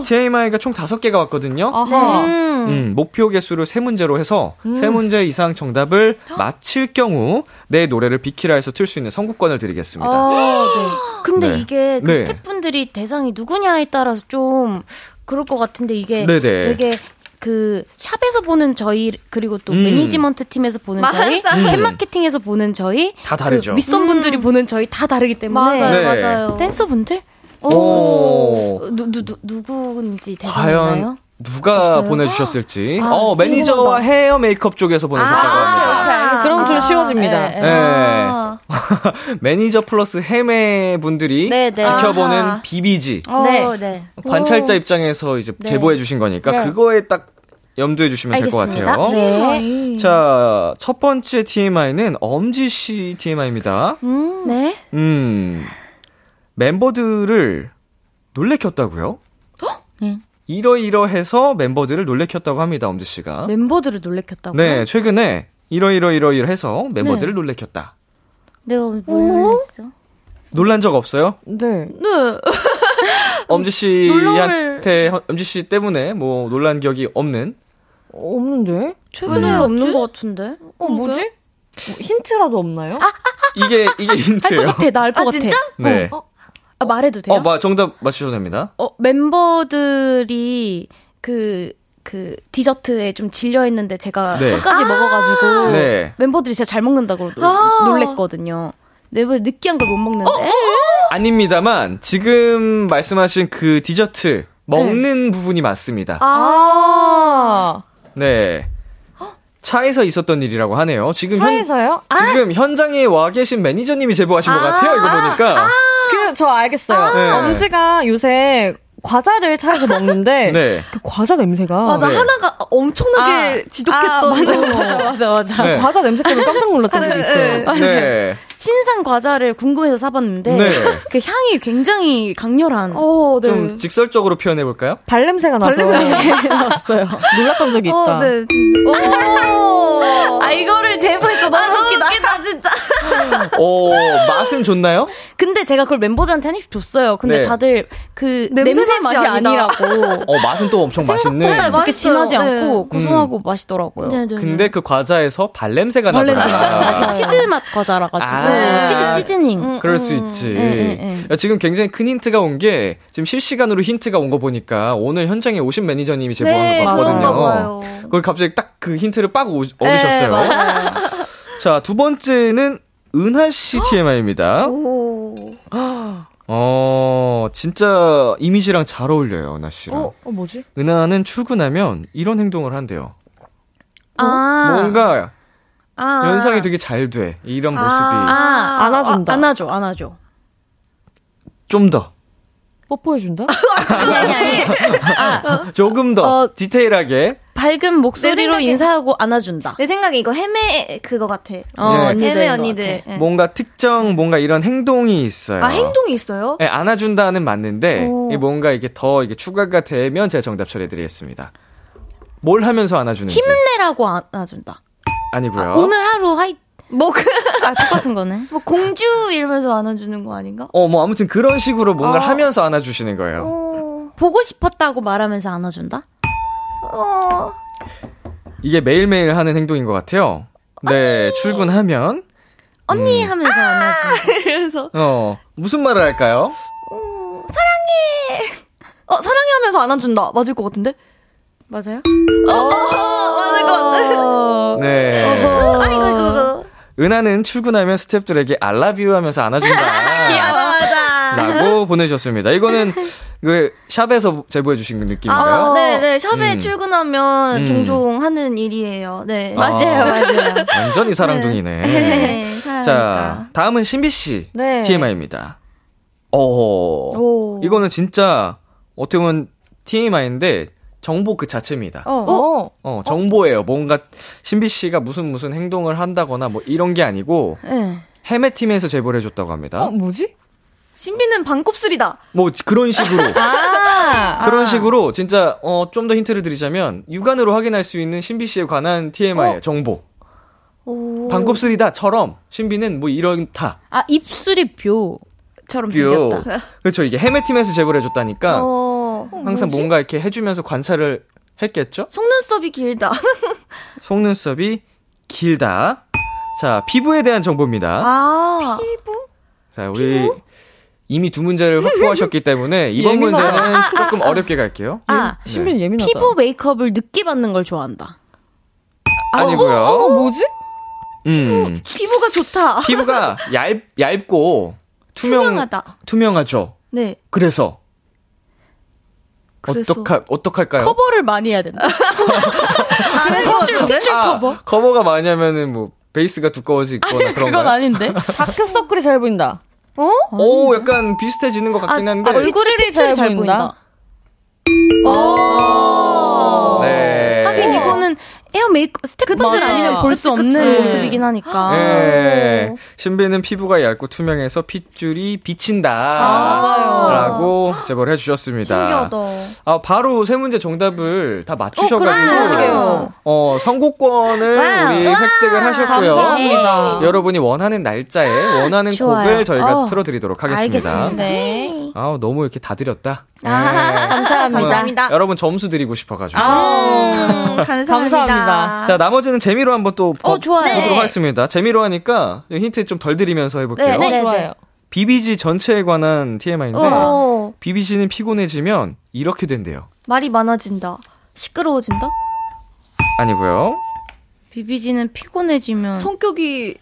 Speaker 2: TMI가 총 다섯 개가 왔거든요.
Speaker 8: 어.
Speaker 6: 아하. 네.
Speaker 2: 음, 목표 개수를 세 문제로 해서
Speaker 6: 음.
Speaker 2: 세 문제 이상 정답을 맞힐 경우 내 노래를 비키라에서 틀 수 있는 선곡권을 드리겠습니다.
Speaker 8: 어, 네. 근데
Speaker 2: 네.
Speaker 8: 이게 그
Speaker 2: 네.
Speaker 8: 스태프분들이 대상이 누구냐에 따라서 좀 그럴 것 같은데 이게
Speaker 2: 네네.
Speaker 8: 되게 그 샵에서 보는 저희 그리고 또
Speaker 2: 음.
Speaker 8: 매니지먼트 팀에서 보는
Speaker 3: 맞아.
Speaker 8: 저희
Speaker 3: 음.
Speaker 8: 팬마케팅에서 보는 저희
Speaker 2: 다 다르죠.
Speaker 8: 그 윗선 분들이 보는 저희 다 다르기 때문에
Speaker 2: 맞아요, 네. 맞아요.
Speaker 8: 댄서분들 어,
Speaker 2: 오.
Speaker 8: 누, 누, 누, 누구인지 대상이나요?
Speaker 2: 과연 누가
Speaker 8: 없어요?
Speaker 2: 보내주셨을지.
Speaker 8: 아,
Speaker 2: 어, 매니저와
Speaker 8: 궁금하다.
Speaker 2: 헤어 메이크업 쪽에서 보내셨다고 합니다.
Speaker 8: 아,
Speaker 6: 그럼 좀
Speaker 8: 네.
Speaker 6: 쉬워집니다.
Speaker 2: 예. 매니저 플러스 헤메 분들이
Speaker 8: 네, 네.
Speaker 2: 지켜보는
Speaker 8: 아하.
Speaker 2: 비비지.
Speaker 8: 네. 네.
Speaker 2: 관찰자 입장에서 이제
Speaker 8: 네.
Speaker 2: 제보해 주신 거니까
Speaker 8: 네.
Speaker 2: 그거에 딱 염두해 주시면 될 것
Speaker 8: 알겠습니다.
Speaker 2: 같아요.
Speaker 8: 네.
Speaker 2: 자, 첫 번째 TMI는 엄지 씨 TMI입니다.
Speaker 8: 음. 네.
Speaker 2: 음. 멤버들을 놀래켰다고요?
Speaker 8: 네.
Speaker 2: 이러이러해서 멤버들을 놀래켰다고 합니다. 엄지 씨가.
Speaker 8: 멤버들을 놀래켰다고.
Speaker 2: 네, 최근에 이러이러이러이러해서
Speaker 8: 네.
Speaker 2: 멤버들을 놀래켰다.
Speaker 8: 내가 뭘 네, 어, 뭐 했어?
Speaker 2: 놀란 적 없어요?
Speaker 6: 네.
Speaker 8: 음,
Speaker 2: 엄지
Speaker 6: 놀라울-
Speaker 2: 씨한테 허- 엄지 씨 때문에 뭐 놀란 기억이 없는
Speaker 6: 없는데?
Speaker 8: 최근에
Speaker 2: 음.
Speaker 8: 없는 것 같은데.
Speaker 6: 어, 뭐지? 뭐 힌트라도 없나요?
Speaker 8: 아,
Speaker 2: 이게 이게 힌트예요.
Speaker 8: 같아, 나알 것
Speaker 2: 아,
Speaker 8: 같아.
Speaker 2: 진짜? 네.
Speaker 8: 어, 어. 아, 말해도 돼요?
Speaker 2: 어, 마, 정답 맞추셔도 됩니다.
Speaker 8: 어, 멤버들이 그, 그, 디저트에 좀 질려있는데 제가
Speaker 2: 네.
Speaker 8: 끝까지 먹어가지고
Speaker 2: 네.
Speaker 8: 멤버들이 진짜 잘 먹는다고 놀-
Speaker 3: 아.
Speaker 8: 놀랬거든요. 멤버들 느끼한 걸 못 먹는데.
Speaker 2: 아닙니다만 지금 말씀하신 그 디저트 먹는 부분이 맞습니다.
Speaker 6: 아.
Speaker 2: 네. 차에서 있었던 일이라고 하네요. 지금
Speaker 6: 차에서요? 아.
Speaker 2: 현, 지금 현장에 와 계신 매니저님이 제보하신 것 같아요. 이거 보니까.
Speaker 6: 그, 저 알겠어요.
Speaker 2: 네.
Speaker 6: 엄지가 요새 과자를 차에서 먹는데
Speaker 2: 네.
Speaker 6: 그 과자 냄새가
Speaker 2: 맞아, 네.
Speaker 6: 하나가 엄청나게
Speaker 3: 아.
Speaker 6: 지독했던
Speaker 8: 맞아, 맞아, 맞아.
Speaker 6: 그 과자 냄새 때문에 깜짝 놀랐던 적이 있어요.
Speaker 8: 맞아요.
Speaker 2: 네.
Speaker 8: 신상 과자를 궁금해서 사봤는데
Speaker 2: 네.
Speaker 8: 그 향이 굉장히 강렬한
Speaker 3: 음.
Speaker 2: 좀 직설적으로 표현해 볼까요?
Speaker 6: 발냄새가 나서
Speaker 8: 발냄새가
Speaker 6: 났어요. 놀랐던 적이 있다.
Speaker 3: 네. 음.
Speaker 8: 아 이거를 제보했어 너무 웃기다. 진짜.
Speaker 2: 오, 어, 맛은 좋나요?
Speaker 8: 근데 제가 그걸 멤버들한테 한 입씩 줬어요. 근데
Speaker 2: 네.
Speaker 8: 다들 그
Speaker 3: 냄새
Speaker 8: 냄새,
Speaker 3: 맛이
Speaker 8: 맛이
Speaker 3: 아니다.
Speaker 8: 아니라고
Speaker 2: 어, 맛은 또 엄청 맛있는.
Speaker 8: 생각보다 그렇게 진하지 않고
Speaker 2: 네.
Speaker 8: 고소하고 맛있더라고요.
Speaker 3: 네,
Speaker 2: 근데 그 과자에서 발냄새가
Speaker 8: 발냄새가
Speaker 2: 나더라.
Speaker 8: 그 치즈 맛 과자라 가지고
Speaker 2: 아.
Speaker 8: 치즈 시즈닝.
Speaker 2: 그럴 수 있지.
Speaker 8: 네, 네, 네.
Speaker 2: 야, 지금 굉장히 큰 힌트가 온 게, 지금 실시간으로 힌트가 온 거 보니까, 오늘 현장에 오신 매니저님이 제보하는
Speaker 3: 아,
Speaker 4: 네,
Speaker 2: 거
Speaker 4: 그런가
Speaker 2: 같거든요.
Speaker 4: 봐요.
Speaker 2: 그걸 갑자기 딱 그 힌트를 빡 오- 얻으셨어요.
Speaker 4: 맞아요.
Speaker 2: 자, 두 번째는, 은하 씨 TMI입니다.
Speaker 3: 오.
Speaker 2: 어, 진짜 이미지랑 잘 어울려요, 은하 씨랑.
Speaker 6: 어, 뭐지?
Speaker 2: 은하는 출근하면 이런 행동을 한대요.
Speaker 8: 아.
Speaker 2: 뭔가
Speaker 8: 아.
Speaker 2: 연상이 되게 잘 돼. 이런 모습이.
Speaker 8: 아,
Speaker 6: 안아준다.
Speaker 8: 아, 안아줘, 안아줘.
Speaker 2: 좀 더.
Speaker 6: 뽀뽀해준다?
Speaker 2: 조금 더 디테일하게.
Speaker 8: 밝은 목소리로
Speaker 3: 생각엔-
Speaker 8: 인사하고 안아준다.
Speaker 3: 내 생각에 이거 헤매 그거 같아.
Speaker 2: 어, 예. 언니들인
Speaker 3: 헤매
Speaker 2: 것
Speaker 3: 언니들. 예.
Speaker 2: 뭔가 특정 뭔가 이런 행동이 있어요.
Speaker 3: 아 행동이 있어요?
Speaker 2: 예, 안아준다는 맞는데
Speaker 3: 오.
Speaker 2: 이게 뭔가 이게 더 이게 추가가 되면 제가 정답 처리해드리겠습니다. 뭘 하면서 안아주는지
Speaker 8: 힘내라고 안아준다.
Speaker 2: 아니고요.
Speaker 8: 오늘 하루 하이 뭐 그... 아, 똑같은 거네.
Speaker 3: 뭐 공주 이러면서 안아주는 거 아닌가?
Speaker 2: 어 뭐 아무튼 그런 식으로 뭔가
Speaker 3: 아.
Speaker 2: 하면서 안아주시는 거예요.
Speaker 8: 보고 싶었다고 말하면서 안아준다?
Speaker 3: 어.
Speaker 2: 이게 매일매일 하는 행동인 것 같아요. 네 출근하면
Speaker 8: 언니 하면서 안아준다.
Speaker 3: 그래서
Speaker 2: 어 무슨 말을 할까요?
Speaker 3: 사랑해. 어 사랑해 하면서 안아준다. 맞을 것 같은데?
Speaker 8: 맞아요?
Speaker 3: 어, 어, 어, 맞을 것 같아.
Speaker 2: 네.
Speaker 3: 아이고 아이고,
Speaker 8: 어.
Speaker 3: 아이고.
Speaker 2: 은하는 출근하면 스탭들에게 알라뷰 하면서 안아준다.
Speaker 3: 예, 맞아 맞아.
Speaker 2: 라고 보내주셨습니다. 이거는 그 샵에서 제보해 주신 그 느낌인가요?
Speaker 3: 아, 네네. 샵에
Speaker 2: 음.
Speaker 3: 출근하면
Speaker 2: 음.
Speaker 3: 종종 하는 일이에요. 네.
Speaker 2: 아. 맞아요, 맞아요. 완전히 사랑둥이네.
Speaker 3: 네, 사랑해요.
Speaker 2: 자, 다음은 신비 씨
Speaker 6: 네.
Speaker 2: TMI입니다. 어,
Speaker 6: 오.
Speaker 2: 이거는 진짜 어떻게 보면 TMI인데 정보 그 자체입니다.
Speaker 6: 어. 어.
Speaker 2: 어, 정보예요. 뭔가 신비 씨가 무슨 무슨 행동을 한다거나 뭐 이런 게 아니고
Speaker 8: 예.
Speaker 2: 해매 팀에서 제보를 해줬다고
Speaker 3: 어.
Speaker 2: 합니다.
Speaker 6: 어, 뭐지?
Speaker 3: 신비는 반곱슬이다.
Speaker 2: 뭐 그런 식으로.
Speaker 3: 아.
Speaker 2: 그런 식으로 진짜 어, 좀 더 힌트를 드리자면 육안으로 확인할 수 있는 신비 씨에 관한 TMI 의 정보. 반곱슬이다처럼 신비는 뭐 이런다.
Speaker 8: 아 입술이 뷰처럼 생겼다.
Speaker 2: 그렇죠. 이게 해매 팀에서 제보를 해줬다니까
Speaker 3: 어,
Speaker 2: 항상 뭔가 이렇게 해주면서 관찰을 했겠죠.
Speaker 3: 속눈썹이 길다.
Speaker 2: 속눈썹이 길다. 자 피부에 대한 정보입니다.
Speaker 3: 아. 피부?
Speaker 2: 자 우리 이미 두 문제를 확보하셨기 때문에 이번
Speaker 8: 예민하다.
Speaker 2: 문제는
Speaker 8: 아, 아,
Speaker 2: 조금
Speaker 8: 아, 아.
Speaker 2: 어렵게 갈게요.
Speaker 8: 아,
Speaker 2: 네.
Speaker 8: 피부 메이크업을 늦게 받는 걸 좋아한다.
Speaker 2: 아니고요.
Speaker 6: 뭐지?
Speaker 2: 음.
Speaker 3: 피부가 좋다.
Speaker 2: 피부가 얇 얇고 투명
Speaker 3: 투명하다.
Speaker 2: 투명하죠.
Speaker 3: 네.
Speaker 2: 그래서,
Speaker 3: 그래서
Speaker 2: 어떡하 어떡할까요?
Speaker 8: 커버를 많이 해야 된다. 피출 피출 네? 커버.
Speaker 2: 아,
Speaker 8: 아, 네,
Speaker 2: 커버가 많이 하면은 뭐 베이스가 두꺼워지거나 뭐, 그런 거.
Speaker 8: 아닌데.
Speaker 6: 다크서클이 잘 보인다.
Speaker 3: 어?
Speaker 2: 오, 약간 비슷해지는
Speaker 8: 아,
Speaker 2: 것 같긴 한데.
Speaker 6: 얼굴이 잘, 보인다.
Speaker 2: 네.
Speaker 8: 하긴 이거는 에어 메이크 스태프분들
Speaker 3: 맞아요.
Speaker 8: 아니면 볼 수
Speaker 3: 그치,
Speaker 8: 없는
Speaker 3: 그치.
Speaker 8: 모습이긴 하니까.
Speaker 2: 예. 신비는 피부가 얇고 투명해서 핏줄이 비친다.
Speaker 8: 맞아요.
Speaker 2: 라고 제보를 해주셨습니다.
Speaker 3: 신기하다.
Speaker 2: 아, 바로 세 문제 정답을 다
Speaker 3: 어,
Speaker 2: 맞추셔가지고,
Speaker 3: 그래요.
Speaker 2: 어, 선곡권을
Speaker 3: 와우.
Speaker 2: 우리 획득을 하셨고요.
Speaker 6: 감사합니다.
Speaker 2: 여러분이 원하는 날짜에 원하는
Speaker 6: 좋아요.
Speaker 2: 곡을 저희가
Speaker 6: 어.
Speaker 2: 틀어드리도록 하겠습니다.
Speaker 6: 알겠습니다. 네. 아,
Speaker 2: 아우, 너무 이렇게 다 드렸다.
Speaker 8: 네.
Speaker 6: 감사합니다.
Speaker 2: 어, 여러분 점수 드리고 싶어가지고.
Speaker 6: 감사합니다. 감사합니다.
Speaker 2: 자, 나머지는 재미로 한번 또 봐-
Speaker 6: 아.
Speaker 8: 어,
Speaker 6: 좋아요. 네.
Speaker 2: 어, 보도록 하겠습니다. 재미로 하니까 힌트 좀 덜 드리면서 해볼게요.
Speaker 6: 네. 좋아요.
Speaker 2: BBG 전체에 관한 TMI인데,
Speaker 3: 어.
Speaker 2: BBG는 피곤해지면 이렇게 된대요.
Speaker 3: 말이 많아진다. 시끄러워진다.
Speaker 2: 음. 아니고요
Speaker 8: 비비지는 피곤해지면
Speaker 3: 성격이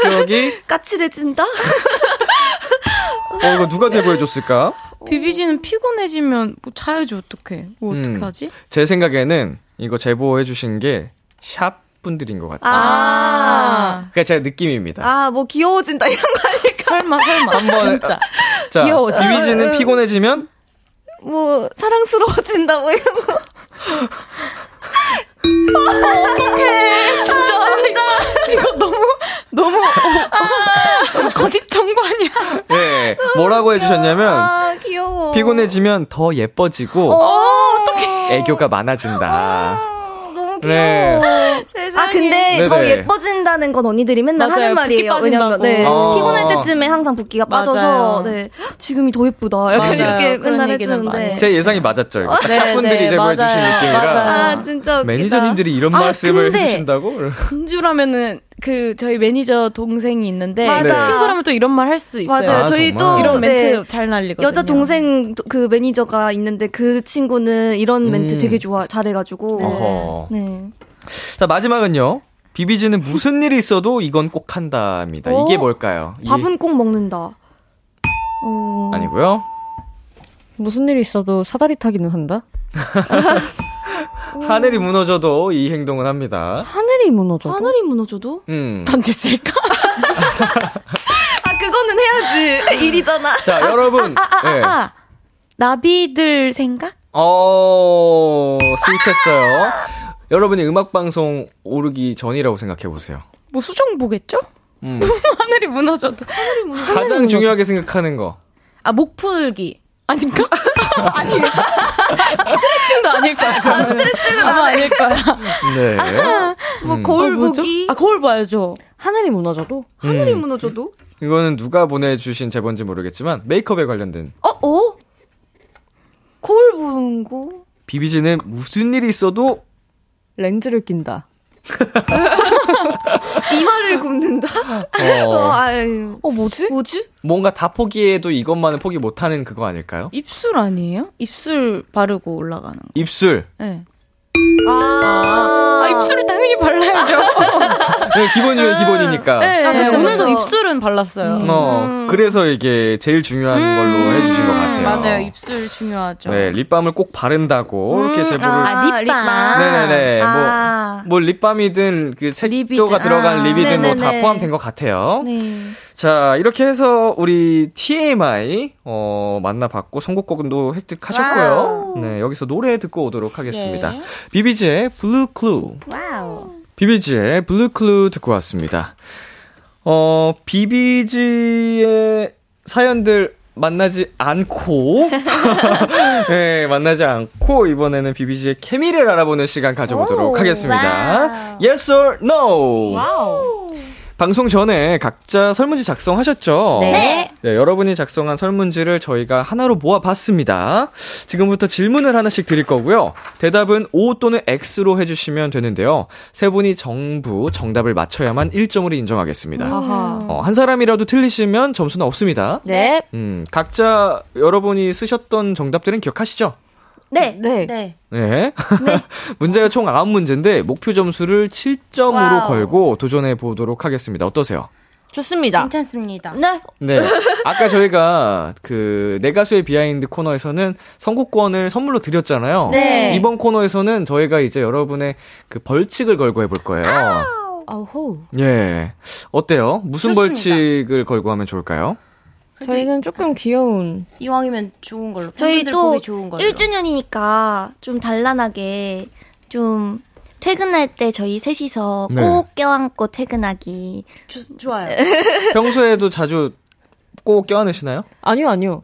Speaker 2: 성격이,
Speaker 3: 까칠해진다.
Speaker 2: 어, 이거 누가 제보해줬을까?
Speaker 8: 비비지는 피곤해지면 뭐 자야지 어떡해. 뭐
Speaker 2: 음.
Speaker 8: 어떡하지?
Speaker 2: 제 생각에는 이거 제보해주신 게, 샵 분들인 것 같아요.
Speaker 3: 아.
Speaker 2: 그니까 제 느낌입니다.
Speaker 3: 아, 뭐 귀여워진다 이런 거 아닐까?
Speaker 8: 설마 설마.
Speaker 2: 한번 자,
Speaker 3: 귀여워서. 응,
Speaker 2: BBG는
Speaker 3: 응.
Speaker 2: 피곤해지면,
Speaker 3: 뭐 사랑스러워진다 뭐 이런 거.
Speaker 8: 어떡해. 진짜 진짜 이거 너무 너무 너무 거짓 정보 아니야.
Speaker 2: 예, 뭐라고 해주셨냐면,
Speaker 3: 아, 귀여워. 어,
Speaker 2: 피곤해지면 더 예뻐지고,
Speaker 3: 어떡해.
Speaker 2: 애교가 많아진다.
Speaker 3: 너무
Speaker 2: 네.
Speaker 3: 아 근데
Speaker 2: 네네.
Speaker 3: 더 예뻐진다는 건 언니들이 맨날
Speaker 8: 맞아요.
Speaker 3: 하는
Speaker 8: 붓기
Speaker 3: 말이에요. 왜냐면
Speaker 8: 빠진다고.
Speaker 3: 네.
Speaker 2: 어.
Speaker 3: 피곤할 때쯤에 항상 붓기가
Speaker 8: 맞아요.
Speaker 3: 빠져서 네. 지금이 더 예쁘다. 약간
Speaker 8: 맞아요.
Speaker 3: 이렇게
Speaker 8: 그런
Speaker 3: 맨날
Speaker 8: 얘기는 많이
Speaker 3: 해주는데
Speaker 2: 제 예상이 맞았죠. 이거.
Speaker 8: 네,
Speaker 2: 샵분들이
Speaker 8: 네,
Speaker 2: 제보해 주신
Speaker 8: 맞아요.
Speaker 2: 느낌이라.
Speaker 8: 맞아요.
Speaker 3: 아 진짜 웃기다.
Speaker 2: 매니저님들이 이런
Speaker 8: 아,
Speaker 2: 말씀을
Speaker 8: 근데-
Speaker 2: 해주신다고?
Speaker 8: 금주라면은 그 저희 매니저 동생이 있는데
Speaker 3: 맞아.
Speaker 8: 그 친구라면 또 이런 말 할 수 있어요.
Speaker 3: 맞아요.
Speaker 2: 아,
Speaker 3: 저희
Speaker 2: 정말.
Speaker 3: 또
Speaker 8: 이런 멘트
Speaker 3: 네.
Speaker 8: 잘 날리거든요.
Speaker 3: 여자 동생 도- 그 매니저가 있는데 그 친구는 이런 멘트 되게 좋아 잘해가지고
Speaker 2: 음. 어허.
Speaker 3: 네.
Speaker 2: 자, 마지막은요. 비비지는 무슨 일이 있어도 이건 꼭 한답니다. 이게
Speaker 3: 어?
Speaker 2: 뭘까요? 이-
Speaker 3: 밥은 꼭 먹는다. 어.
Speaker 2: 예. 아니고요.
Speaker 6: 무슨 일이 있어도 사다리 타기는 한다?
Speaker 2: 하늘이 무너져도 이 행동은 합니다.
Speaker 6: 하늘이 무너져.
Speaker 8: 아.
Speaker 3: 하늘이 무너져도?
Speaker 2: 음.
Speaker 8: 던졌을까?
Speaker 3: 아 그거는 해야지 일이잖아.
Speaker 2: 자, 여러분.
Speaker 8: 아,
Speaker 2: 예.
Speaker 8: 아. 나비들 생각?
Speaker 2: 어, 스윗했어요. 여러분이 음악방송 오르기 전이라고 생각해보세요.
Speaker 8: 뭐 수정 보겠죠?
Speaker 2: 음.
Speaker 8: 하늘이 무너져도.
Speaker 2: 가장 중요하게 생각하는 거.
Speaker 8: 아, 목 풀기. 아닌가? 아니, 스트레칭도 아닐 거야. 아, 스트레칭은 아마 아닐 거야.
Speaker 2: 네.
Speaker 3: 뭐 거울
Speaker 8: 어, 뭐죠?
Speaker 3: 보기.
Speaker 8: 아, 거울 봐야죠.
Speaker 6: 하늘이 무너져도?
Speaker 2: 음.
Speaker 3: 하늘이 무너져도?
Speaker 2: 이거는 누가 보내주신 제보인지 모르겠지만 메이크업에 관련된
Speaker 3: 어, 어? 거울 보는 거?
Speaker 2: 비비지는 무슨 일이 있어도
Speaker 6: 렌즈를 낀다.
Speaker 3: 이마를 굽는다?
Speaker 2: 어,
Speaker 3: 어, 아유.
Speaker 6: 어, 뭐지?
Speaker 3: 뭐지?
Speaker 2: 뭔가 다 포기해도 이것만은 포기 못하는 그거 아닐까요?
Speaker 8: 입술 아니에요? 입술 바르고 올라가는 거.
Speaker 2: 입술.
Speaker 8: 예. 네.
Speaker 3: 아,
Speaker 8: 아, 입술을 당연히 발라야죠.
Speaker 2: 네, 기본 중에 기본이니까.
Speaker 8: 네,
Speaker 3: 아, 그쵸,
Speaker 8: 오늘도
Speaker 3: 그쵸.
Speaker 8: 입술은 발랐어요.
Speaker 2: 어, 그래서 이게 제일 중요한 걸로 음. 해주신 것 같아요.
Speaker 8: 음. 맞아요. 입술 중요하죠. 음,
Speaker 2: 네, 립밤을 꼭 바른다고 이렇게 뭐 제보를.
Speaker 8: 아, 립밤.
Speaker 2: 네네네.
Speaker 3: 아,
Speaker 2: 뭐 립밤이든 그 색조가
Speaker 8: 립이든,
Speaker 2: 들어간
Speaker 8: 아.
Speaker 2: 립이든 뭐 다
Speaker 8: 네네네.
Speaker 2: 포함된 것 같아요.
Speaker 3: 예.
Speaker 8: 네.
Speaker 2: 자, 이렇게 해서 우리 TMI 어, 만나봤고 선곡곡도 획득하셨고요. 네, 여기서 노래 듣고 오도록 하겠습니다.
Speaker 4: 예.
Speaker 2: 비비지의 블루 클루.
Speaker 4: 와우.
Speaker 2: 비비지의 블루 클루 듣고 왔습니다. 어, 비비지의 사연들 만나지 않고 네, 만나지 않고 이번에는 비비지의 케미를 알아보는 시간 가져보도록
Speaker 4: 오,
Speaker 2: 하겠습니다. Yes or no. 방송 전에 각자 설문지 작성하셨죠?
Speaker 4: 네.
Speaker 2: 여러분이 작성한 설문지를 저희가 하나로 모아봤습니다. 지금부터 질문을 하나씩 드릴 거고요. 대답은 O 또는 X로 해주시면 되는데요. 세 분이 전부 정답을 맞춰야만 1점으로 인정하겠습니다.
Speaker 6: 아하.
Speaker 2: 어, 한 사람이라도 틀리시면 점수는 없습니다.
Speaker 6: 네.
Speaker 2: 음, 각자 여러분이 쓰셨던 정답들은 기억하시죠?
Speaker 7: 네.
Speaker 6: 네.
Speaker 2: 네. 문제가 총 9문제인데 목표 점수를 7점으로
Speaker 8: 와우.
Speaker 2: 걸고 도전해 보도록 하겠습니다. 어떠세요?
Speaker 6: 좋습니다.
Speaker 8: 괜찮습니다.
Speaker 7: 네.
Speaker 2: 네. 아까 저희가 그 내 가수의 비하인드 코너에서는 선곡권을 선물로 드렸잖아요.
Speaker 6: 네.
Speaker 2: 이번 코너에서는 저희가 이제 여러분의 그 벌칙을 걸고 해볼 거예요.
Speaker 6: 아호.
Speaker 2: 예. 어때요? 무슨
Speaker 6: 좋습니다.
Speaker 2: 벌칙을 걸고 하면 좋을까요?
Speaker 6: 저희는 조금 귀여운.
Speaker 8: 이왕이면 좋은 걸로.
Speaker 3: 저희
Speaker 8: 팬분들
Speaker 3: 또
Speaker 8: 보기 좋은 걸로.
Speaker 3: 1주년이니까 좀 단란하게 좀 퇴근할 때 저희 셋이서
Speaker 2: 네.
Speaker 3: 꼭 껴안고 퇴근하기.
Speaker 8: 좋아요.
Speaker 2: 평소에도 자주 꼭 껴안으시나요?
Speaker 6: 아니요, 아니요.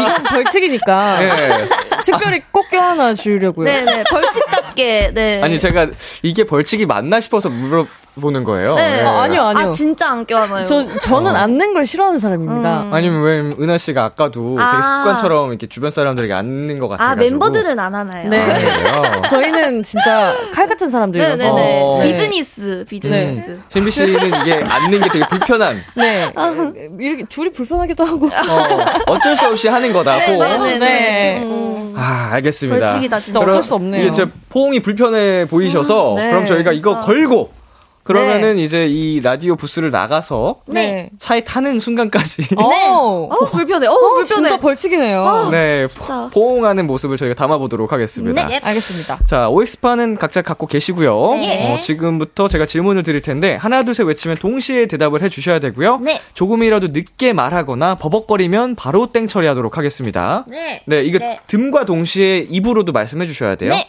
Speaker 6: 이건 벌칙이니까.
Speaker 2: 네.
Speaker 6: 특별히 꼭 껴안아 주려고요.
Speaker 3: 네네 벌칙답게 네.
Speaker 2: 아니 제가 이게 벌칙이 맞나 싶어서 물어보는 거예요.
Speaker 3: 네.
Speaker 2: 예.
Speaker 3: 아 진짜 안 껴안아요.
Speaker 6: 저, 저는 앉는 걸 싫어하는 사람입니다.
Speaker 2: 아니면 왜 은하 씨가 아까도
Speaker 3: 아.
Speaker 2: 되게 습관처럼 이렇게 주변 사람들에게 앉는 것 같아요.
Speaker 3: 아 멤버들은 안 하나요?
Speaker 6: 네.
Speaker 2: 아, 그래요?
Speaker 6: 저희는 진짜 칼 같은 사람들이어서.
Speaker 3: 네네네.
Speaker 2: 어. 음.
Speaker 3: 비즈니스, 비즈니스.
Speaker 2: 신비 씨는 이게 앉는 게 되게 불편한.
Speaker 6: 네. 아, 이렇게 둘이 불편하기도 하고.
Speaker 2: 어, 쩔수 없이 하는 거다고.
Speaker 6: 네.
Speaker 3: 음.
Speaker 2: 아, 알겠습니다.
Speaker 6: 벌칙이다, 진짜.
Speaker 2: 그럼
Speaker 6: 어쩔 수 없네요.
Speaker 2: 이게 제 포옹이 불편해 보이셔서
Speaker 6: 음, 네.
Speaker 2: 그럼 저희가 이거
Speaker 6: 그러니까.
Speaker 2: 걸고 그러면은 이제 이 라디오 부스를 나가서
Speaker 6: 네.
Speaker 2: 차에 타는 순간까지
Speaker 6: 어,
Speaker 3: 어, 불편해. 어,
Speaker 6: 불편해. 어. 진짜 벌칙이네요.
Speaker 2: 네, 포- 포옹하는 모습을 저희가 담아보도록
Speaker 6: 네.
Speaker 2: 하겠습니다.
Speaker 6: 알겠습니다.
Speaker 2: 자, OX판은 각자 갖고 계시고요.
Speaker 6: 네.
Speaker 2: 어, 지금부터 제가 질문을 드릴 텐데 하나 둘 셋 외치면 동시에 대답을 해 주셔야 되고요.
Speaker 6: 네.
Speaker 2: 조금이라도 늦게 말하거나 버벅거리면 바로 땡 처리하도록 하겠습니다.
Speaker 8: 네.
Speaker 2: 이거
Speaker 8: 네.
Speaker 2: 듬과 동시에 입으로도 말씀해 주셔야 돼요.
Speaker 8: 네.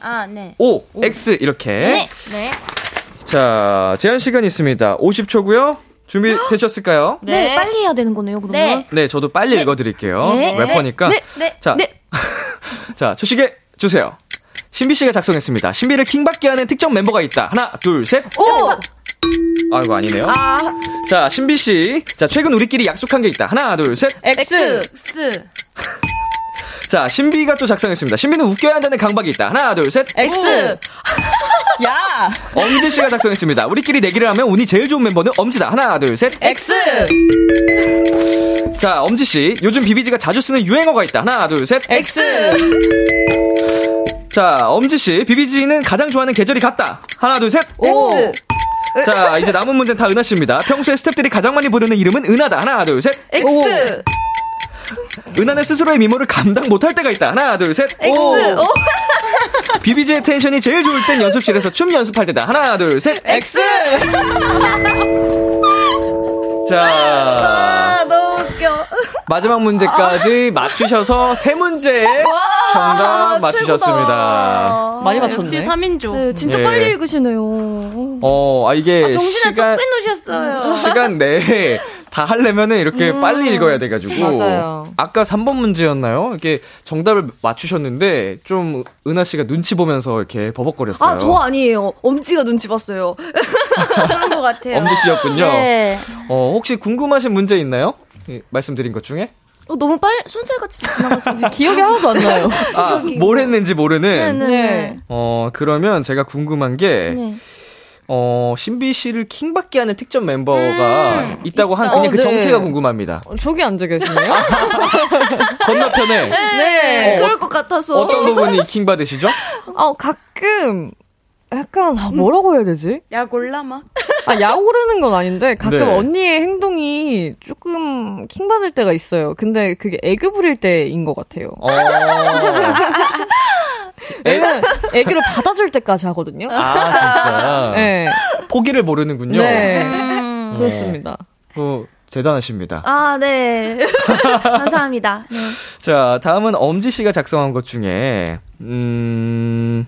Speaker 8: 아, 네.
Speaker 2: O, X 이렇게.
Speaker 8: 네.
Speaker 2: 자, 제한 시간 있습니다. 50초고요. 준비 되셨을까요?
Speaker 3: 네. 빨리 해야 되는 거네요, 그러면.
Speaker 2: 네. 저도 빨리 읽어 드릴게요.
Speaker 3: 네.
Speaker 2: 래퍼니까.
Speaker 3: 네. 네.
Speaker 2: 자,
Speaker 3: 네.
Speaker 2: 자, 초식에 주세요. 신비 씨가 작성했습니다. 신비를 킹받게 하는 특정 멤버가 있다. 하나, 둘, 셋.
Speaker 6: 오!
Speaker 2: 아이고 아니네요.
Speaker 6: 아.
Speaker 2: 자, 신비 씨. 자, 최근 우리끼리 약속한 게 있다. 하나, 둘, 셋.
Speaker 8: 네.
Speaker 6: X.
Speaker 8: X.
Speaker 2: 자, 신비가 또 작성했습니다. 신비는 웃겨야 한다는 강박이 있다. 하나, 둘, 셋.
Speaker 6: X. 야.
Speaker 2: 엄지 씨가 작성했습니다. 우리끼리 내기를 하면 운이 제일 좋은 멤버는 엄지다. 하나, 둘, 셋.
Speaker 6: X.
Speaker 2: 자, 엄지 씨. 요즘 비비지가 자주 쓰는 유행어가 있다. 하나, 둘, 셋.
Speaker 6: X.
Speaker 2: 자, 엄지 씨. 비비지는 가장 좋아하는 계절이 같다. 하나, 둘, 셋.
Speaker 6: 오. X.
Speaker 2: 자, 이제 남은 문제는 다 은하 씨입니다. 평소에 스탭들이 가장 많이 부르는 이름은 은하다. 하나, 둘, 셋.
Speaker 6: X.
Speaker 2: 은하는 스스로의 미모를 감당 못할 때가 있다. 하나, 둘, 셋.
Speaker 6: 오.
Speaker 2: 비비지의 텐션이 제일 좋을 땐 연습실에서 춤 연습할 때다. 하나, 둘, 셋.
Speaker 6: X.
Speaker 2: 자,
Speaker 3: 너무 웃겨.
Speaker 2: 마지막 문제까지 맞추셔서 세 문제 정답
Speaker 8: 어,
Speaker 2: 맞추셨습니다.
Speaker 6: 많이
Speaker 8: 역시 3인조.
Speaker 3: 네, 진짜
Speaker 2: 예.
Speaker 3: 빨리 읽으시네요.
Speaker 2: 어, 아, 이게
Speaker 8: 정신을 쏙
Speaker 2: 시간,
Speaker 8: 빼놓으셨어요.
Speaker 2: 시간 내에 다 하려면은 이렇게 빨리 읽어야 돼가지고.
Speaker 8: 맞아요.
Speaker 2: 까 3번 문제였나요? 이렇게 정답을 맞추셨는데 좀 은하 씨가 눈치 보면서 이렇게 버벅거렸어요.
Speaker 3: 아, 저 아니에요. 엄지가 눈치 봤어요.
Speaker 8: 그런 것 같아요.
Speaker 2: 엄지 씨였군요.
Speaker 8: 네.
Speaker 2: 어, 혹시 궁금하신 문제 있나요? 이- 말씀드린 것 중에?
Speaker 3: 어, 너무 빨리, 손살같이 지나가서.
Speaker 6: 기억이 하나도 안 나요.
Speaker 2: 아, 뭘 했는지 모르는.
Speaker 3: 네네네.
Speaker 2: 어, 그러면 제가 궁금한 게,
Speaker 3: 네.
Speaker 2: 어, 신비 씨를 킹받게 하는 특전 멤버가 있다고 한
Speaker 6: 있다.
Speaker 2: 그냥 그
Speaker 6: 어, 네.
Speaker 2: 정체가 궁금합니다.
Speaker 6: 어, 저기 앉아 계시네요.
Speaker 2: 건너편에
Speaker 6: 네.
Speaker 2: 어,
Speaker 3: 그럴 것 같아서.
Speaker 2: 어떤 부분이 킹받으시죠?
Speaker 6: 아, 가끔 약간 아, 뭐라고 해야 되지?
Speaker 8: 야, 골라마.
Speaker 6: 아, 약오르는 건 아닌데 가끔
Speaker 2: 네.
Speaker 6: 언니의 행동이 조금 킹 받을 때가 있어요. 근데 그게 애교 부릴 때인 것 같아요.
Speaker 2: 어,
Speaker 6: 애, 애기를 받아줄 때까지 하거든요.
Speaker 2: 아, 진짜.
Speaker 6: 네.
Speaker 2: 포기를 모르는군요.
Speaker 6: 네.
Speaker 2: 네.
Speaker 6: 그렇습니다.
Speaker 2: 뭐, 대단하십니다.
Speaker 3: 아, 네. 감사합니다. 네.
Speaker 2: 음. 자, 다음은 엄지 씨가 작성한 것 중에, 음,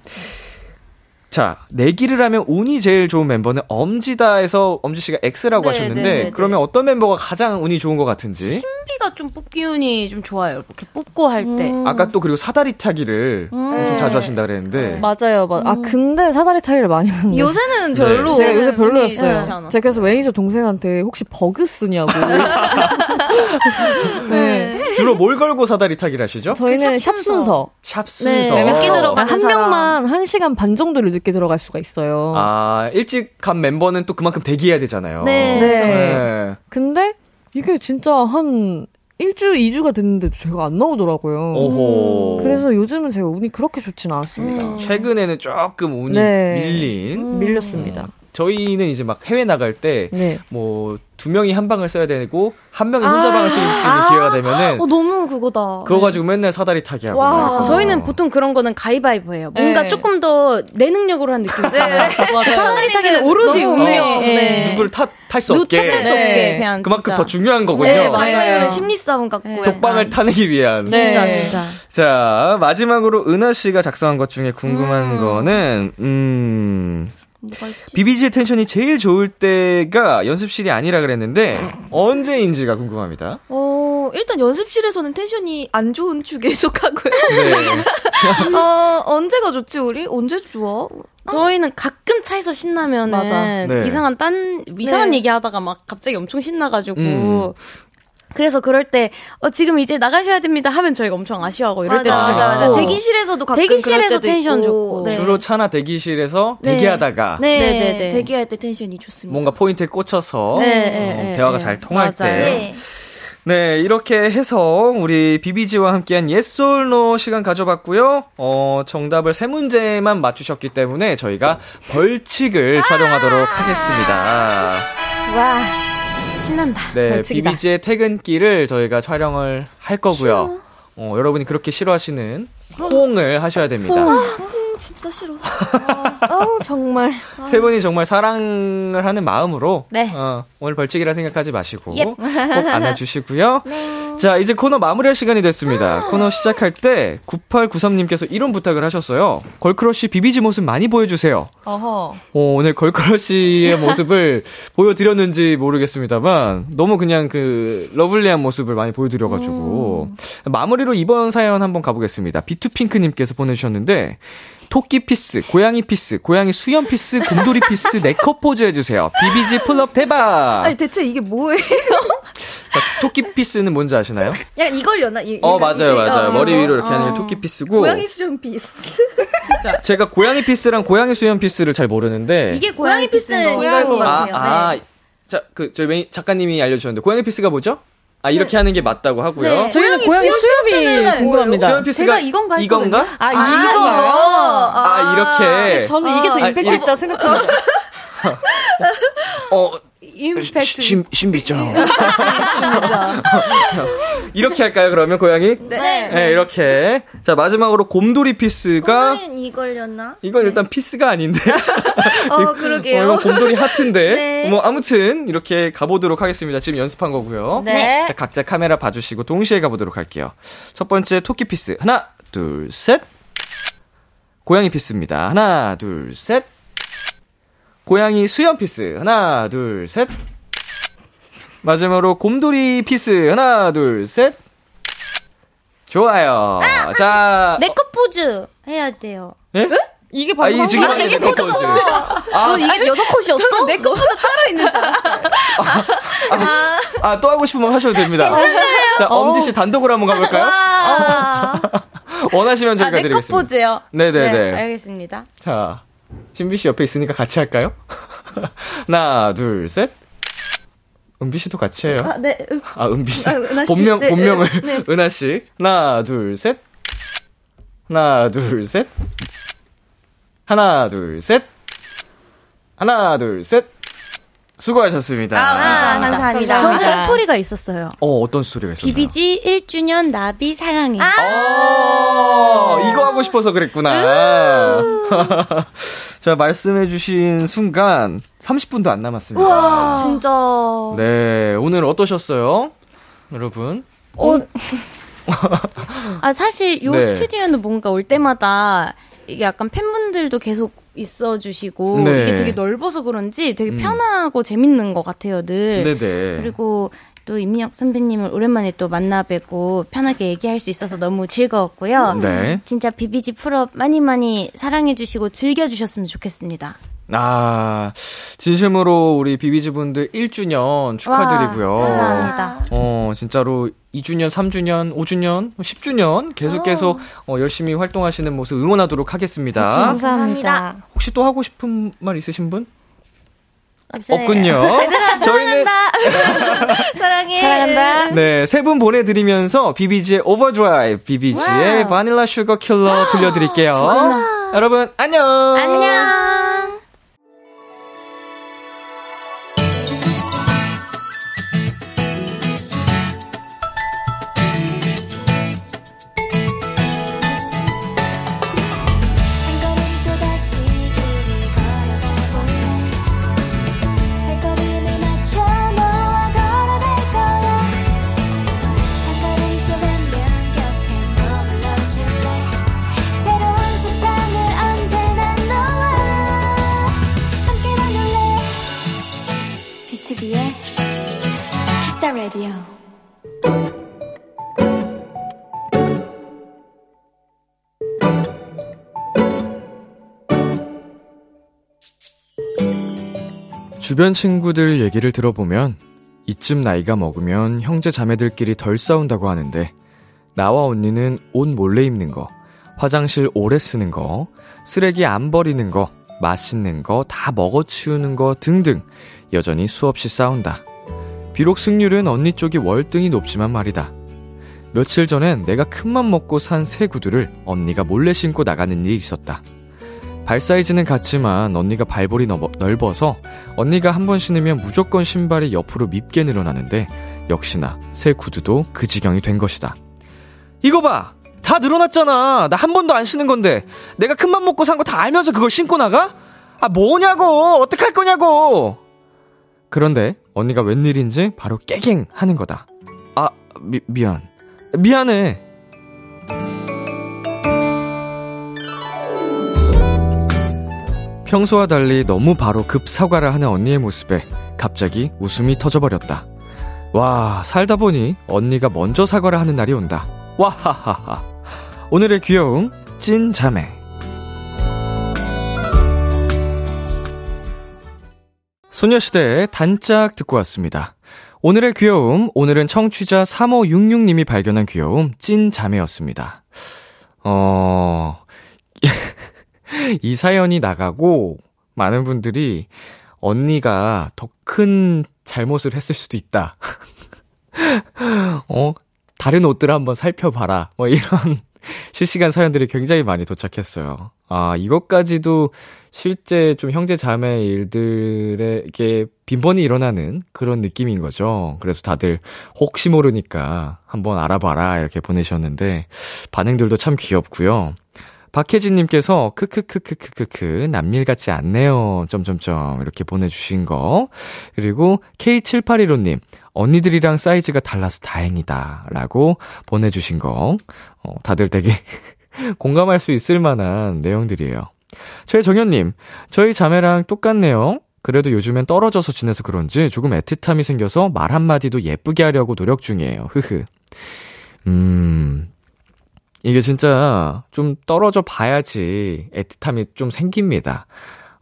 Speaker 2: 자, 내기를 하면 운이 제일 좋은 멤버는 엄지다에서 엄지 씨가 X라고
Speaker 8: 네,
Speaker 2: 하셨는데,
Speaker 8: 네, 네, 네.
Speaker 2: 그러면 어떤 멤버가 가장 운이 좋은 것 같은지?
Speaker 8: 신비가 좀 뽑기 운이 좀 좋아요. 이렇게 뽑고 할 때.
Speaker 6: 음.
Speaker 2: 아까 또 그리고 사다리 타기를 엄청
Speaker 8: 네.
Speaker 2: 자주 하신다 그랬는데,
Speaker 6: 맞아요. 맞... 아 근데 사다리 타이를 많이 네, 하는
Speaker 8: 요새는
Speaker 2: 별로.
Speaker 6: 어, 제가 요새
Speaker 8: 요새는
Speaker 6: 별로였어요.
Speaker 8: 많이 하지
Speaker 6: 제가 그래서 매니저 동생한테 혹시 버그 쓰냐고. 네.
Speaker 2: 주로 뭘 걸고 사다리 타기를 하시죠?
Speaker 6: 저희는 샵 순서.
Speaker 2: 샵
Speaker 6: 네,
Speaker 2: 순서.
Speaker 6: 늦게 들어가는 한 명만 한 시간 반 정도를 늦게 들어갈 수가 있어요.
Speaker 2: 아, 일찍 간 멤버는 또 그만큼 대기해야 되잖아요.
Speaker 6: 네. 네.
Speaker 2: 네.
Speaker 6: 근데 이게 진짜 한 일주, 이주가 됐는데도 제가 안 나오더라고요.
Speaker 2: 오호.
Speaker 6: 음. 그래서 요즘은 제가 운이 그렇게 좋진 않았습니다.
Speaker 2: 최근에는 조금 운이
Speaker 6: 네.
Speaker 2: 밀린.
Speaker 6: 밀렸습니다.
Speaker 2: 저희는 이제 막 해외 나갈 때,
Speaker 6: 네.
Speaker 2: 뭐, 두 명이 한 방을 써야 되고, 한 명이 혼자
Speaker 3: 아.
Speaker 2: 방을 쓸 수 있는
Speaker 3: 아.
Speaker 2: 기회가 되면은,
Speaker 3: 어, 너무 그거다.
Speaker 2: 그거 가지고 맨날 사다리 타기 하고. 막
Speaker 8: 와,
Speaker 2: 이러고.
Speaker 8: 저희는 보통 그런 거는 가위바위보예요. 뭔가
Speaker 6: 네.
Speaker 8: 조금 더 내 능력으로 한 느낌. 있잖아요.
Speaker 6: 맞아요.
Speaker 8: 사람들이 타기는 오로지
Speaker 3: 너무
Speaker 8: 운명.
Speaker 3: 운명,
Speaker 8: 예.
Speaker 2: 네. 누구를 탓, 탈수
Speaker 8: 누-
Speaker 2: 없게.
Speaker 8: 탓할 수
Speaker 6: 네.
Speaker 8: 없게 대한.
Speaker 2: 그만큼
Speaker 8: 진짜.
Speaker 2: 더 중요한 거군요. 네.
Speaker 8: 네, 맞아요.
Speaker 3: 심리 싸움 같고. 아, 약간.
Speaker 2: 독방을 타내기 위한.
Speaker 8: 진짜,
Speaker 6: 네.
Speaker 8: 진짜.
Speaker 2: 자, 마지막으로 은하 씨가 작성한 것 중에 궁금한 거는, 음,
Speaker 3: 뭐가 있지?
Speaker 2: BBG의 텐션이 제일 좋을 때가 연습실이 아니라 그랬는데, 언제인지가 궁금합니다.
Speaker 3: 어, 일단 연습실에서는 텐션이 안 좋은 축에 속하고요.
Speaker 2: 네.
Speaker 3: 어, 언제가 좋지, 우리? 언제 좋아?
Speaker 8: 저희는 가끔 차에서 신나면은
Speaker 6: 맞아.
Speaker 2: 네.
Speaker 8: 이상한 딴 이상한
Speaker 3: 네.
Speaker 8: 얘기 하다가 막 갑자기 엄청 신나가지고
Speaker 2: 음.
Speaker 8: 그래서 그럴 때 어, 지금 이제 나가셔야 됩니다 하면 저희가 엄청 아쉬워하고 이럴 때도
Speaker 3: 맞아, 맞아, 맞아.
Speaker 8: 있고.
Speaker 3: 대기실에서도 가끔
Speaker 8: 대기실에서
Speaker 3: 그럴 때도
Speaker 8: 텐션
Speaker 3: 있고.
Speaker 8: 좋고.
Speaker 3: 네.
Speaker 2: 주로 차나 대기실에서
Speaker 3: 네.
Speaker 2: 대기하다가
Speaker 3: 네,
Speaker 8: 네, 네, 네.
Speaker 3: 대기할 때 텐션이 좋습니다.
Speaker 2: 뭔가 포인트에 꽂혀서
Speaker 8: 네,
Speaker 2: 어,
Speaker 8: 네, 네,
Speaker 2: 대화가
Speaker 8: 네.
Speaker 2: 잘 통할
Speaker 8: 맞아요.
Speaker 2: 때.
Speaker 3: 네.
Speaker 2: 네, 이렇게 해서 우리 비비지와 함께한 예스 or 노 시간 가져봤고요. 어, 정답을 세 문제만 맞추셨기 때문에 저희가
Speaker 8: 아!
Speaker 2: 벌칙을 촬영하도록 하겠습니다.
Speaker 8: 와 신난다.
Speaker 2: 네,
Speaker 6: 벌칙이다.
Speaker 2: 비비지의 퇴근길을 저희가 촬영을 할 거고요. 어, 여러분이 그렇게 싫어하시는 호응을 하셔야 됩니다.
Speaker 3: 음, 진짜 싫어.
Speaker 6: 어. 아우 정말.
Speaker 2: 세 분이 정말 사랑을 하는 마음으로
Speaker 8: 네.
Speaker 2: 어, 오늘 벌칙이라 생각하지 마시고
Speaker 6: 예.
Speaker 2: 꼭 안아주시고요.
Speaker 6: 네.
Speaker 2: 자 이제 코너 마무리할 시간이 됐습니다. 코너 시작할 때 9893님께서 이런 부탁을 하셨어요. 걸크러쉬 비비지 모습 많이 보여주세요.
Speaker 6: 어허.
Speaker 2: 어, 오늘 걸크러쉬의 모습을 보여드렸는지 모르겠습니다만 너무 그냥 그 러블리한 모습을 많이 보여드려가지고 마무리로 이번 사연 한번 가보겠습니다. 비투핑크님께서 보내주셨는데 토끼 피스, 고양이 피스, 고양이 수염 피스, 곰돌이 피스 네컷 포즈 해주세요. 비비지 풀업 대박.
Speaker 3: 아니, 대체 이게 뭐예요?
Speaker 2: 자, 토끼 피스는 뭔지 아시나요?
Speaker 3: 약간 이걸려나? 이,
Speaker 2: 어
Speaker 3: 약간
Speaker 2: 맞아요
Speaker 3: 이게-
Speaker 2: 맞아요
Speaker 3: 어,
Speaker 2: 머리
Speaker 3: 어.
Speaker 2: 위로 이렇게 하는 게 토끼 피스고
Speaker 3: 고양이 수정 비스.
Speaker 2: 제가 고양이 피스랑 고양이 수염 피스를 잘 모르는데
Speaker 8: 이게
Speaker 3: 고양이
Speaker 8: 고양이
Speaker 3: 피스는
Speaker 8: 피스는
Speaker 3: 이걸 것 같아요. 네.
Speaker 2: 아자그저 희 작가님이 알려주셨는데 고양이 피스가 뭐죠? 아 이렇게 하는 게 맞다고 하고요.
Speaker 3: 네.
Speaker 6: 저희는 고양이 수염이 궁금합니다.
Speaker 2: 수염 피스가
Speaker 8: 제가 이건가 했거든요.
Speaker 2: 이건가?
Speaker 6: 아,
Speaker 3: 아,
Speaker 6: 이거.
Speaker 3: 이거.
Speaker 2: 아, 이렇게
Speaker 6: 저는 이게 더
Speaker 2: 아,
Speaker 6: 임팩트
Speaker 2: 이거-
Speaker 6: 있다 생각합니다.
Speaker 2: 어
Speaker 8: 임팩트.
Speaker 2: 신 신비죠. 이렇게 할까요 그러면 고양이? 네. 이렇게 자 마지막으로 곰돌이 피스가
Speaker 3: 곰돌이는 이걸렸나?
Speaker 2: 이건 일단 피스가 아닌데.
Speaker 3: 어,
Speaker 2: 어,
Speaker 3: 그러게요.
Speaker 2: 이건 곰돌이 하트인데.
Speaker 3: 네.
Speaker 2: 뭐 아무튼 이렇게 가보도록 하겠습니다. 지금 연습한 거고요.
Speaker 6: 네.
Speaker 2: 자, 각자 카메라 봐주시고 동시에 가보도록 할게요. 첫 번째 토끼 피스 하나 둘 셋. 고양이 피스입니다. 하나 둘 셋. 고양이 수염 피스 하나 둘 셋. 마지막으로 곰돌이 피스 하나 둘 셋. 좋아요. 네. 자,
Speaker 8: 내컷 포즈 해야 돼요.
Speaker 2: 예?
Speaker 6: 이게
Speaker 2: 아,
Speaker 6: 방금
Speaker 2: 이게 지금
Speaker 6: 한
Speaker 2: 하는 게
Speaker 6: 거예요.
Speaker 2: 내꺼 포즈. 아,
Speaker 8: 이게 여섯 컷이었어? 내컷 포즈 따로 있는 줄 알았어.
Speaker 2: 아, 또 하고 싶으면 하셔도 됩니다. 자, 엄지 씨 단독으로 한번 가볼까요?
Speaker 8: 아,
Speaker 2: 네. 원하시면 저희가
Speaker 8: 네, 내컷
Speaker 2: 드리겠습니다.
Speaker 8: 포즈요.
Speaker 2: 네네네.
Speaker 8: 알겠습니다.
Speaker 2: 자, 신비 씨 옆에 있으니까 같이 할까요? 하나, 둘, 셋. 은비 씨도 같이 해요.
Speaker 3: 아, 네. 음,
Speaker 2: 아, 은비 씨.
Speaker 3: 아, 은하 씨.
Speaker 2: 본명,
Speaker 3: 네,
Speaker 2: 본명을.
Speaker 3: 네.
Speaker 2: 은하 씨. 하나, 둘, 셋. 하나, 둘, 셋. 하나, 둘, 셋. 하나, 둘, 셋. 수고하셨습니다.
Speaker 3: 아,
Speaker 8: 감사합니다. 저는 스토리가 있었어요.
Speaker 2: 어, 어떤 스토리가 있었나요?
Speaker 8: 비비지 1주년 나비 사랑해.
Speaker 2: 어, 이거 하고 싶어서 그랬구나. 자, 말씀해주신 순간 30분도 안 남았습니다.
Speaker 3: 우와, 진짜.
Speaker 2: 네, 오늘 어떠셨어요? 여러분.
Speaker 8: 어. 아, 사실 요
Speaker 2: 네.
Speaker 8: 스튜디오는 뭔가 올 때마다 이게 약간 팬분들도 계속 있어 주시고
Speaker 2: 네.
Speaker 8: 이게 되게 넓어서 그런지 되게
Speaker 2: 음.
Speaker 8: 편하고 재밌는 것 같아요, 늘.
Speaker 2: 네네.
Speaker 8: 그리고 또 임민혁 선배님을 오랜만에 또 만나 뵙고 편하게 얘기할 수 있어서 너무 즐거웠고요.
Speaker 2: 네.
Speaker 8: 진짜 비비지 풀업 많이 많이 사랑해 주시고 즐겨 주셨으면 좋겠습니다.
Speaker 2: 아, 진심으로 우리 비비지 분들 1주년 축하드리고요.
Speaker 8: 와, 감사합니다.
Speaker 2: 어, 진짜로 2주년, 3주년, 5주년, 뭐 10주년 계속 계속 어, 열심히 활동하시는 모습 응원하도록
Speaker 8: 아,
Speaker 2: 하겠습니다.
Speaker 6: 감사합니다.
Speaker 2: 혹시 또 하고 싶은 말 있으신 분?
Speaker 6: 없어요.
Speaker 2: 없군요.
Speaker 3: 얘들아,
Speaker 2: 저희는
Speaker 3: 사랑해.
Speaker 6: 사랑한다.
Speaker 2: 네, 세 분 보내드리면서 비비지의 오버드라이브, 비비지의 바닐라 슈거 킬러 들려드릴게요. 여러분, 안녕!
Speaker 8: 안녕.
Speaker 4: 한 걸음 또다시 길을 걸어가볼래 발걸음을 맞춰 너와 걸어갈 거야 한 걸음 또 가면 곁에 머물러줄래 새로운 세상을 언제나 너와 함께 만들래 비투비의 키스타 라디오
Speaker 2: 주변 친구들 얘기를 들어보면 이쯤 나이가 먹으면 형제 자매들끼리 덜 싸운다고 하는데 나와 언니는 옷 몰래 입는 거, 화장실 오래 쓰는 거, 쓰레기 안 버리는 거, 맛있는 거 다 먹어치우는 거 등등 여전히 수없이 싸운다. 비록 승률은 언니 쪽이 월등히 높지만 말이다. 며칠 전엔 내가 큰맘 먹고 산 새 구두를 언니가 몰래 신고 나가는 일이 있었다. 발 사이즈는 같지만 언니가 발볼이 넓어- 넓어서 언니가 한 번 신으면 무조건 신발이 옆으로 밉게 늘어나는데 역시나 새 구두도 그 지경이 된 것이다. 이거 봐! 다 늘어났잖아! 나 한 번도 안 신은 건데! 내가 큰맘 먹고 산 거 다 알면서 그걸 신고 나가? 아, 뭐냐고! 어떡할 거냐고! 그런데 언니가 웬일인지 바로 깨갱 하는 거다. 아, 미, 미안. 미안해. 평소와 달리 너무 바로 급 사과를 하는 언니의 모습에 갑자기 웃음이 터져버렸다. 와, 살다 보니 언니가 먼저 사과를 하는 날이 온다. 와하하하. 오늘의 귀여움, 찐 자매. 소녀시대의 단짝 듣고 왔습니다. 오늘의 귀여움, 오늘은 청취자 3566님이 발견한 귀여움, 찐 자매였습니다. 어, 이 사연이 나가고 많은 분들이 언니가 더 큰 잘못을 했을 수도 있다. 어, 다른 옷들 한번 살펴봐라. 뭐 이런 실시간 사연들이 굉장히 많이 도착했어요. 아, 이것까지도 실제 좀 형제 자매 일들에게 빈번히 일어나는 그런 느낌인 거죠. 그래서 다들 혹시 모르니까 한번 알아봐라 이렇게 보내셨는데 반응들도 참 귀엽고요. 박혜진님께서 크크크크크크크 남일 같지 않네요. 점점점 이렇게 보내주신 거 그리고 K7815님 언니들이랑 사이즈가 달라서 다행이다라고 보내주신 거 어, 다들 되게 공감할 수 있을 만한 내용들이에요. 최정현님 저희 자매랑 똑같네요. 그래도 요즘엔 떨어져서 지내서 그런지 조금 애틋함이 생겨서 말 한마디도 예쁘게 하려고 노력 중이에요. 흐흐. 음, 이게 진짜 좀 떨어져 봐야지 애틋함이 좀 생깁니다.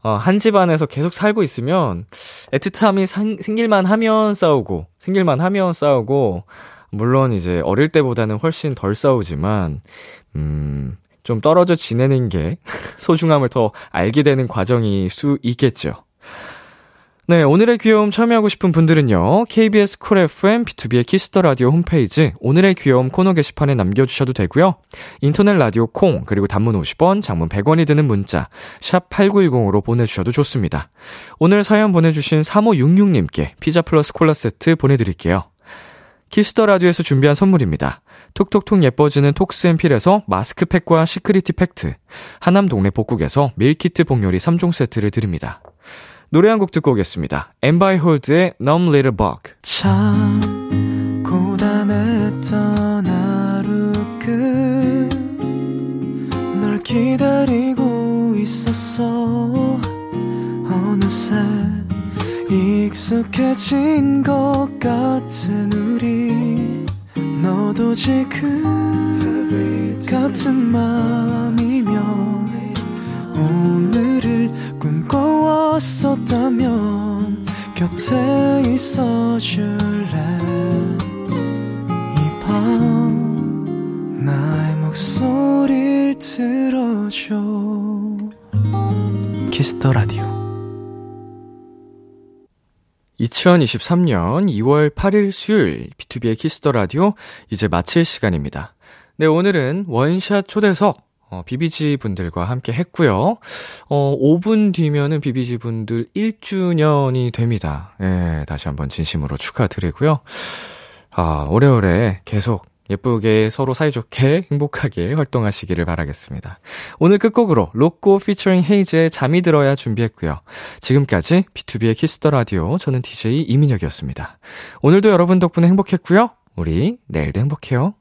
Speaker 2: 어, 한 집안에서 계속 살고 있으면 애틋함이 생- 생길만 하면 싸우고, 생길만 하면 싸우고, 물론 이제 어릴 때보다는 훨씬 덜 싸우지만, 음, 좀 떨어져 지내는 게 소중함을 더 알게 되는 과정일 수 있겠죠. 네, 오늘의 귀여움 참여하고 싶은 분들은요. KBS 쿨 FM B2B의 키스터 라디오 홈페이지 오늘의 귀여움 코너 게시판에 남겨 주셔도 되고요. 인터넷 라디오 콩 그리고 단문 50원, 장문 100원이 드는 문자 샵 8910으로 보내 주셔도 좋습니다. 오늘 사연 보내 주신 3566님께 피자 플러스 콜라 세트 보내 드릴게요. 키스터 라디오에서 준비한 선물입니다. 톡톡톡 예뻐지는 톡스앤필에서 마스크팩과 시크릿티 팩트, 하남 동네 복국에서 밀키트 복요리 3종 세트를 드립니다. 노래 한 곡 듣고 오겠습니다. 엠바이 홀드의 Numb Little Bug.
Speaker 11: 참 고단했던 하루 끝널 기다리고 있었어 어느새 익숙해진 것 같은 우리 너도 지금 같은 마음이면 오늘을 꿈꿔왔었다면 곁에 있어줄래 이 밤 나의 목소리를 들어줘 키스터 라디오
Speaker 2: 2023년 2월 8일 수요일 B2B의 키스터 라디오 이제 마칠 시간입니다. 네, 오늘은 원샷 초대석 어, BBG 분들과 함께 했고요. 어, 5분 뒤면은 BBG 분들 1주년이 됩니다. 예, 다시 한번 진심으로 축하드리고요. 아, 오래오래 계속 예쁘게 서로 사이좋게 행복하게 활동하시기를 바라겠습니다. 오늘 끝곡으로 로꼬 피처링 헤이즈의 잠이 들어야 준비했고요. 지금까지 B2B의 키스터 라디오 저는 DJ 이민혁이었습니다. 오늘도 여러분 덕분에 행복했고요. 우리 내일도 행복해요.